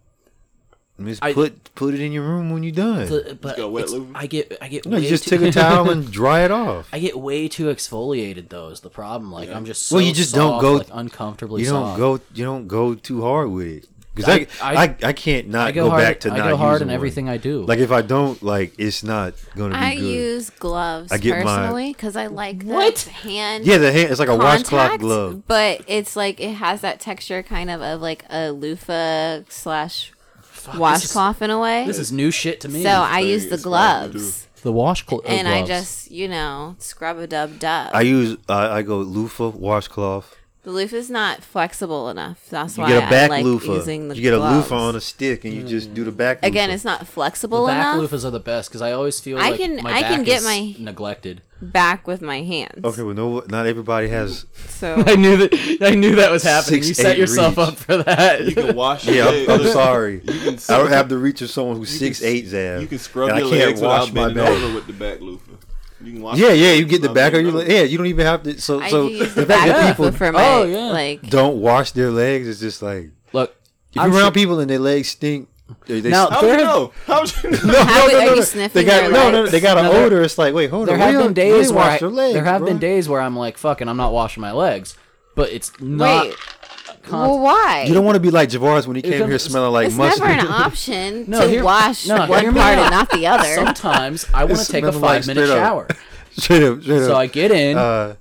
Speaker 9: just
Speaker 1: I-
Speaker 9: put put it in your room when you're done.
Speaker 1: the, but
Speaker 7: got wet
Speaker 1: it's-
Speaker 7: loofah?
Speaker 1: I get I get
Speaker 9: no, you
Speaker 1: way
Speaker 9: just
Speaker 1: too-
Speaker 9: take a towel and dry it off.
Speaker 1: I get way too exfoliated though. Is the problem? Like I'm just so
Speaker 9: Well, you just don't
Speaker 1: soft,
Speaker 9: go-
Speaker 1: like, uncomfortably.
Speaker 9: You don't
Speaker 1: soft.
Speaker 9: go you don't go too hard with it because
Speaker 1: I- I-
Speaker 9: I I, I can't not
Speaker 1: I go, hard.
Speaker 9: back to
Speaker 1: I
Speaker 9: not
Speaker 1: go hard
Speaker 9: using
Speaker 1: in
Speaker 9: one.
Speaker 1: everything I do.
Speaker 9: Like if I don't like, it's not gonna be
Speaker 8: I
Speaker 9: good.
Speaker 8: use gloves
Speaker 9: I get mine.
Speaker 8: personally because I like the hand.
Speaker 9: yeah, the hand it's like a washcloth
Speaker 8: contact,
Speaker 9: glove.
Speaker 8: but it's like it has that texture kind of of like a loofah slash washcloth in a way.
Speaker 1: this is new shit to me.
Speaker 8: so I use
Speaker 7: thing
Speaker 8: the
Speaker 7: is what you
Speaker 8: gloves,
Speaker 1: the washcloth
Speaker 8: and I just you know scrub a dub dub.
Speaker 9: Uh, I use I I go loofah washcloth.
Speaker 8: the loofah's not flexible enough. That's
Speaker 9: You
Speaker 8: why
Speaker 9: get a back
Speaker 8: I like
Speaker 9: loofah.
Speaker 8: using the
Speaker 9: you get a
Speaker 8: gloves.
Speaker 9: loofah on a stick and you just do the back.
Speaker 8: Again,
Speaker 9: loofah.
Speaker 8: it's not flexible
Speaker 1: back
Speaker 8: enough
Speaker 1: loofahs are the best because I always feel
Speaker 8: I
Speaker 1: like
Speaker 8: can-
Speaker 1: my
Speaker 8: I
Speaker 1: back
Speaker 8: can get
Speaker 1: is
Speaker 8: my-
Speaker 1: neglected.
Speaker 8: back with my hands.
Speaker 9: Okay, well, no, not everybody has.
Speaker 8: So
Speaker 1: I knew that. I knew that was happening.
Speaker 9: Six,
Speaker 1: you set
Speaker 9: eight
Speaker 1: yourself
Speaker 9: reach.
Speaker 1: up for
Speaker 7: You
Speaker 1: that.
Speaker 7: can wash. your
Speaker 9: Yeah, I'm,
Speaker 7: legs.
Speaker 9: I'm sorry.
Speaker 7: You can.
Speaker 9: I don't have the reach of someone who's
Speaker 7: you can-
Speaker 9: six eight. Zab.
Speaker 7: You can scrub
Speaker 9: and
Speaker 7: your
Speaker 9: I can't
Speaker 7: legs
Speaker 9: wash
Speaker 7: without
Speaker 9: my
Speaker 7: bending
Speaker 9: back.
Speaker 7: over with the back loofah. You can wash.
Speaker 9: Yeah,
Speaker 7: your
Speaker 9: yeah.
Speaker 7: legs
Speaker 9: You get the
Speaker 7: without
Speaker 9: back of
Speaker 7: bending
Speaker 9: your leg.
Speaker 7: over.
Speaker 9: Yeah, you don't even have to. So,
Speaker 8: I
Speaker 9: so
Speaker 8: do use
Speaker 9: the
Speaker 8: the
Speaker 9: fact
Speaker 8: back
Speaker 9: that
Speaker 8: loofah
Speaker 9: people
Speaker 8: for my
Speaker 1: Oh, yeah.
Speaker 8: like.
Speaker 9: don't wash their legs is just like
Speaker 1: Look,
Speaker 9: if you're around people and their legs stink. They, they
Speaker 1: Now-
Speaker 9: stink.
Speaker 7: How would
Speaker 1: There-
Speaker 7: you know? How would you know?
Speaker 9: no,
Speaker 8: How
Speaker 9: no,
Speaker 8: are
Speaker 9: no,
Speaker 8: you
Speaker 9: no.
Speaker 8: sniffing
Speaker 9: They got
Speaker 8: their
Speaker 9: no, no,
Speaker 8: legs?
Speaker 9: they got an
Speaker 1: Now, there-
Speaker 9: odor. It's like, wait, hold
Speaker 1: there
Speaker 9: on.
Speaker 1: have
Speaker 9: we
Speaker 1: been
Speaker 9: don't- we
Speaker 1: days
Speaker 9: didn't
Speaker 1: where
Speaker 9: wash
Speaker 1: I,
Speaker 9: your legs,
Speaker 1: there have been
Speaker 9: bruh.
Speaker 1: days where I'm like, fucking, I'm not washing my legs, but it's not.
Speaker 8: Wait.
Speaker 1: con-
Speaker 8: Well, why?
Speaker 9: You don't want to be like Javaris when he came
Speaker 1: comes-
Speaker 9: here smelling like
Speaker 8: it's
Speaker 9: mustard.
Speaker 8: never an option
Speaker 1: No,
Speaker 8: to
Speaker 1: here-
Speaker 8: wash
Speaker 1: no, hear
Speaker 8: one
Speaker 1: me
Speaker 8: part
Speaker 1: out.
Speaker 8: and not the other.
Speaker 1: Sometimes I want
Speaker 9: It's
Speaker 1: to take a
Speaker 9: smelling like
Speaker 1: five minute
Speaker 9: straight up.
Speaker 1: shower,
Speaker 9: straight up, straight
Speaker 1: so I
Speaker 9: up.
Speaker 1: get in,
Speaker 9: uh,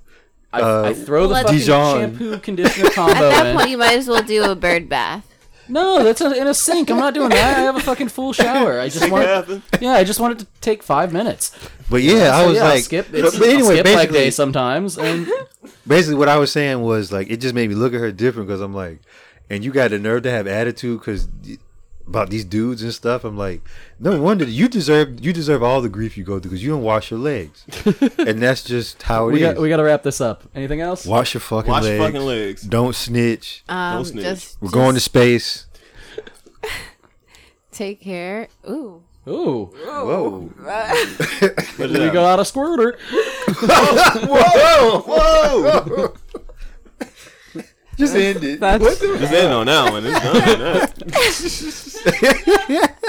Speaker 1: I, I throw the
Speaker 8: Let's-
Speaker 1: fucking
Speaker 9: Dijon.
Speaker 1: shampoo conditioner
Speaker 8: At
Speaker 1: combo
Speaker 8: that
Speaker 1: in.
Speaker 8: point, you might as well do a bird bath.
Speaker 1: No, that's a, in a sink. I'm not doing that. I have a fucking full shower. I just want.
Speaker 7: happened.
Speaker 1: Yeah, I just want it to take five minutes.
Speaker 9: but yeah, I
Speaker 1: So,
Speaker 9: was
Speaker 1: yeah, I'll
Speaker 9: like,
Speaker 1: skip.
Speaker 9: but-
Speaker 1: It's,
Speaker 9: but
Speaker 1: anyway,
Speaker 9: anyway,
Speaker 1: I'll skip leg
Speaker 9: basically,
Speaker 1: day sometimes. And
Speaker 9: basically what I was saying was like it just made me look at her different because I'm like, and you got the nerve to have attitude because about these dudes and stuff. I'm like, no wonder you deserve you deserve all the grief you go through because you don't wash your legs, and that's just how it
Speaker 1: we
Speaker 9: is.
Speaker 1: got we got to wrap this up. Anything else?
Speaker 9: wash your fucking
Speaker 7: Wash your
Speaker 9: legs.
Speaker 7: fucking legs.
Speaker 9: Don't snitch.
Speaker 8: Um,
Speaker 7: snitch.
Speaker 8: just
Speaker 9: We're going to
Speaker 8: just
Speaker 9: space.
Speaker 8: take care. Ooh,
Speaker 1: Ooh,
Speaker 9: Whoa!
Speaker 7: What
Speaker 1: we
Speaker 7: is
Speaker 1: go
Speaker 7: that?
Speaker 1: out a squirter.
Speaker 9: Just end it.
Speaker 8: that's
Speaker 7: Just end on that one. It's done.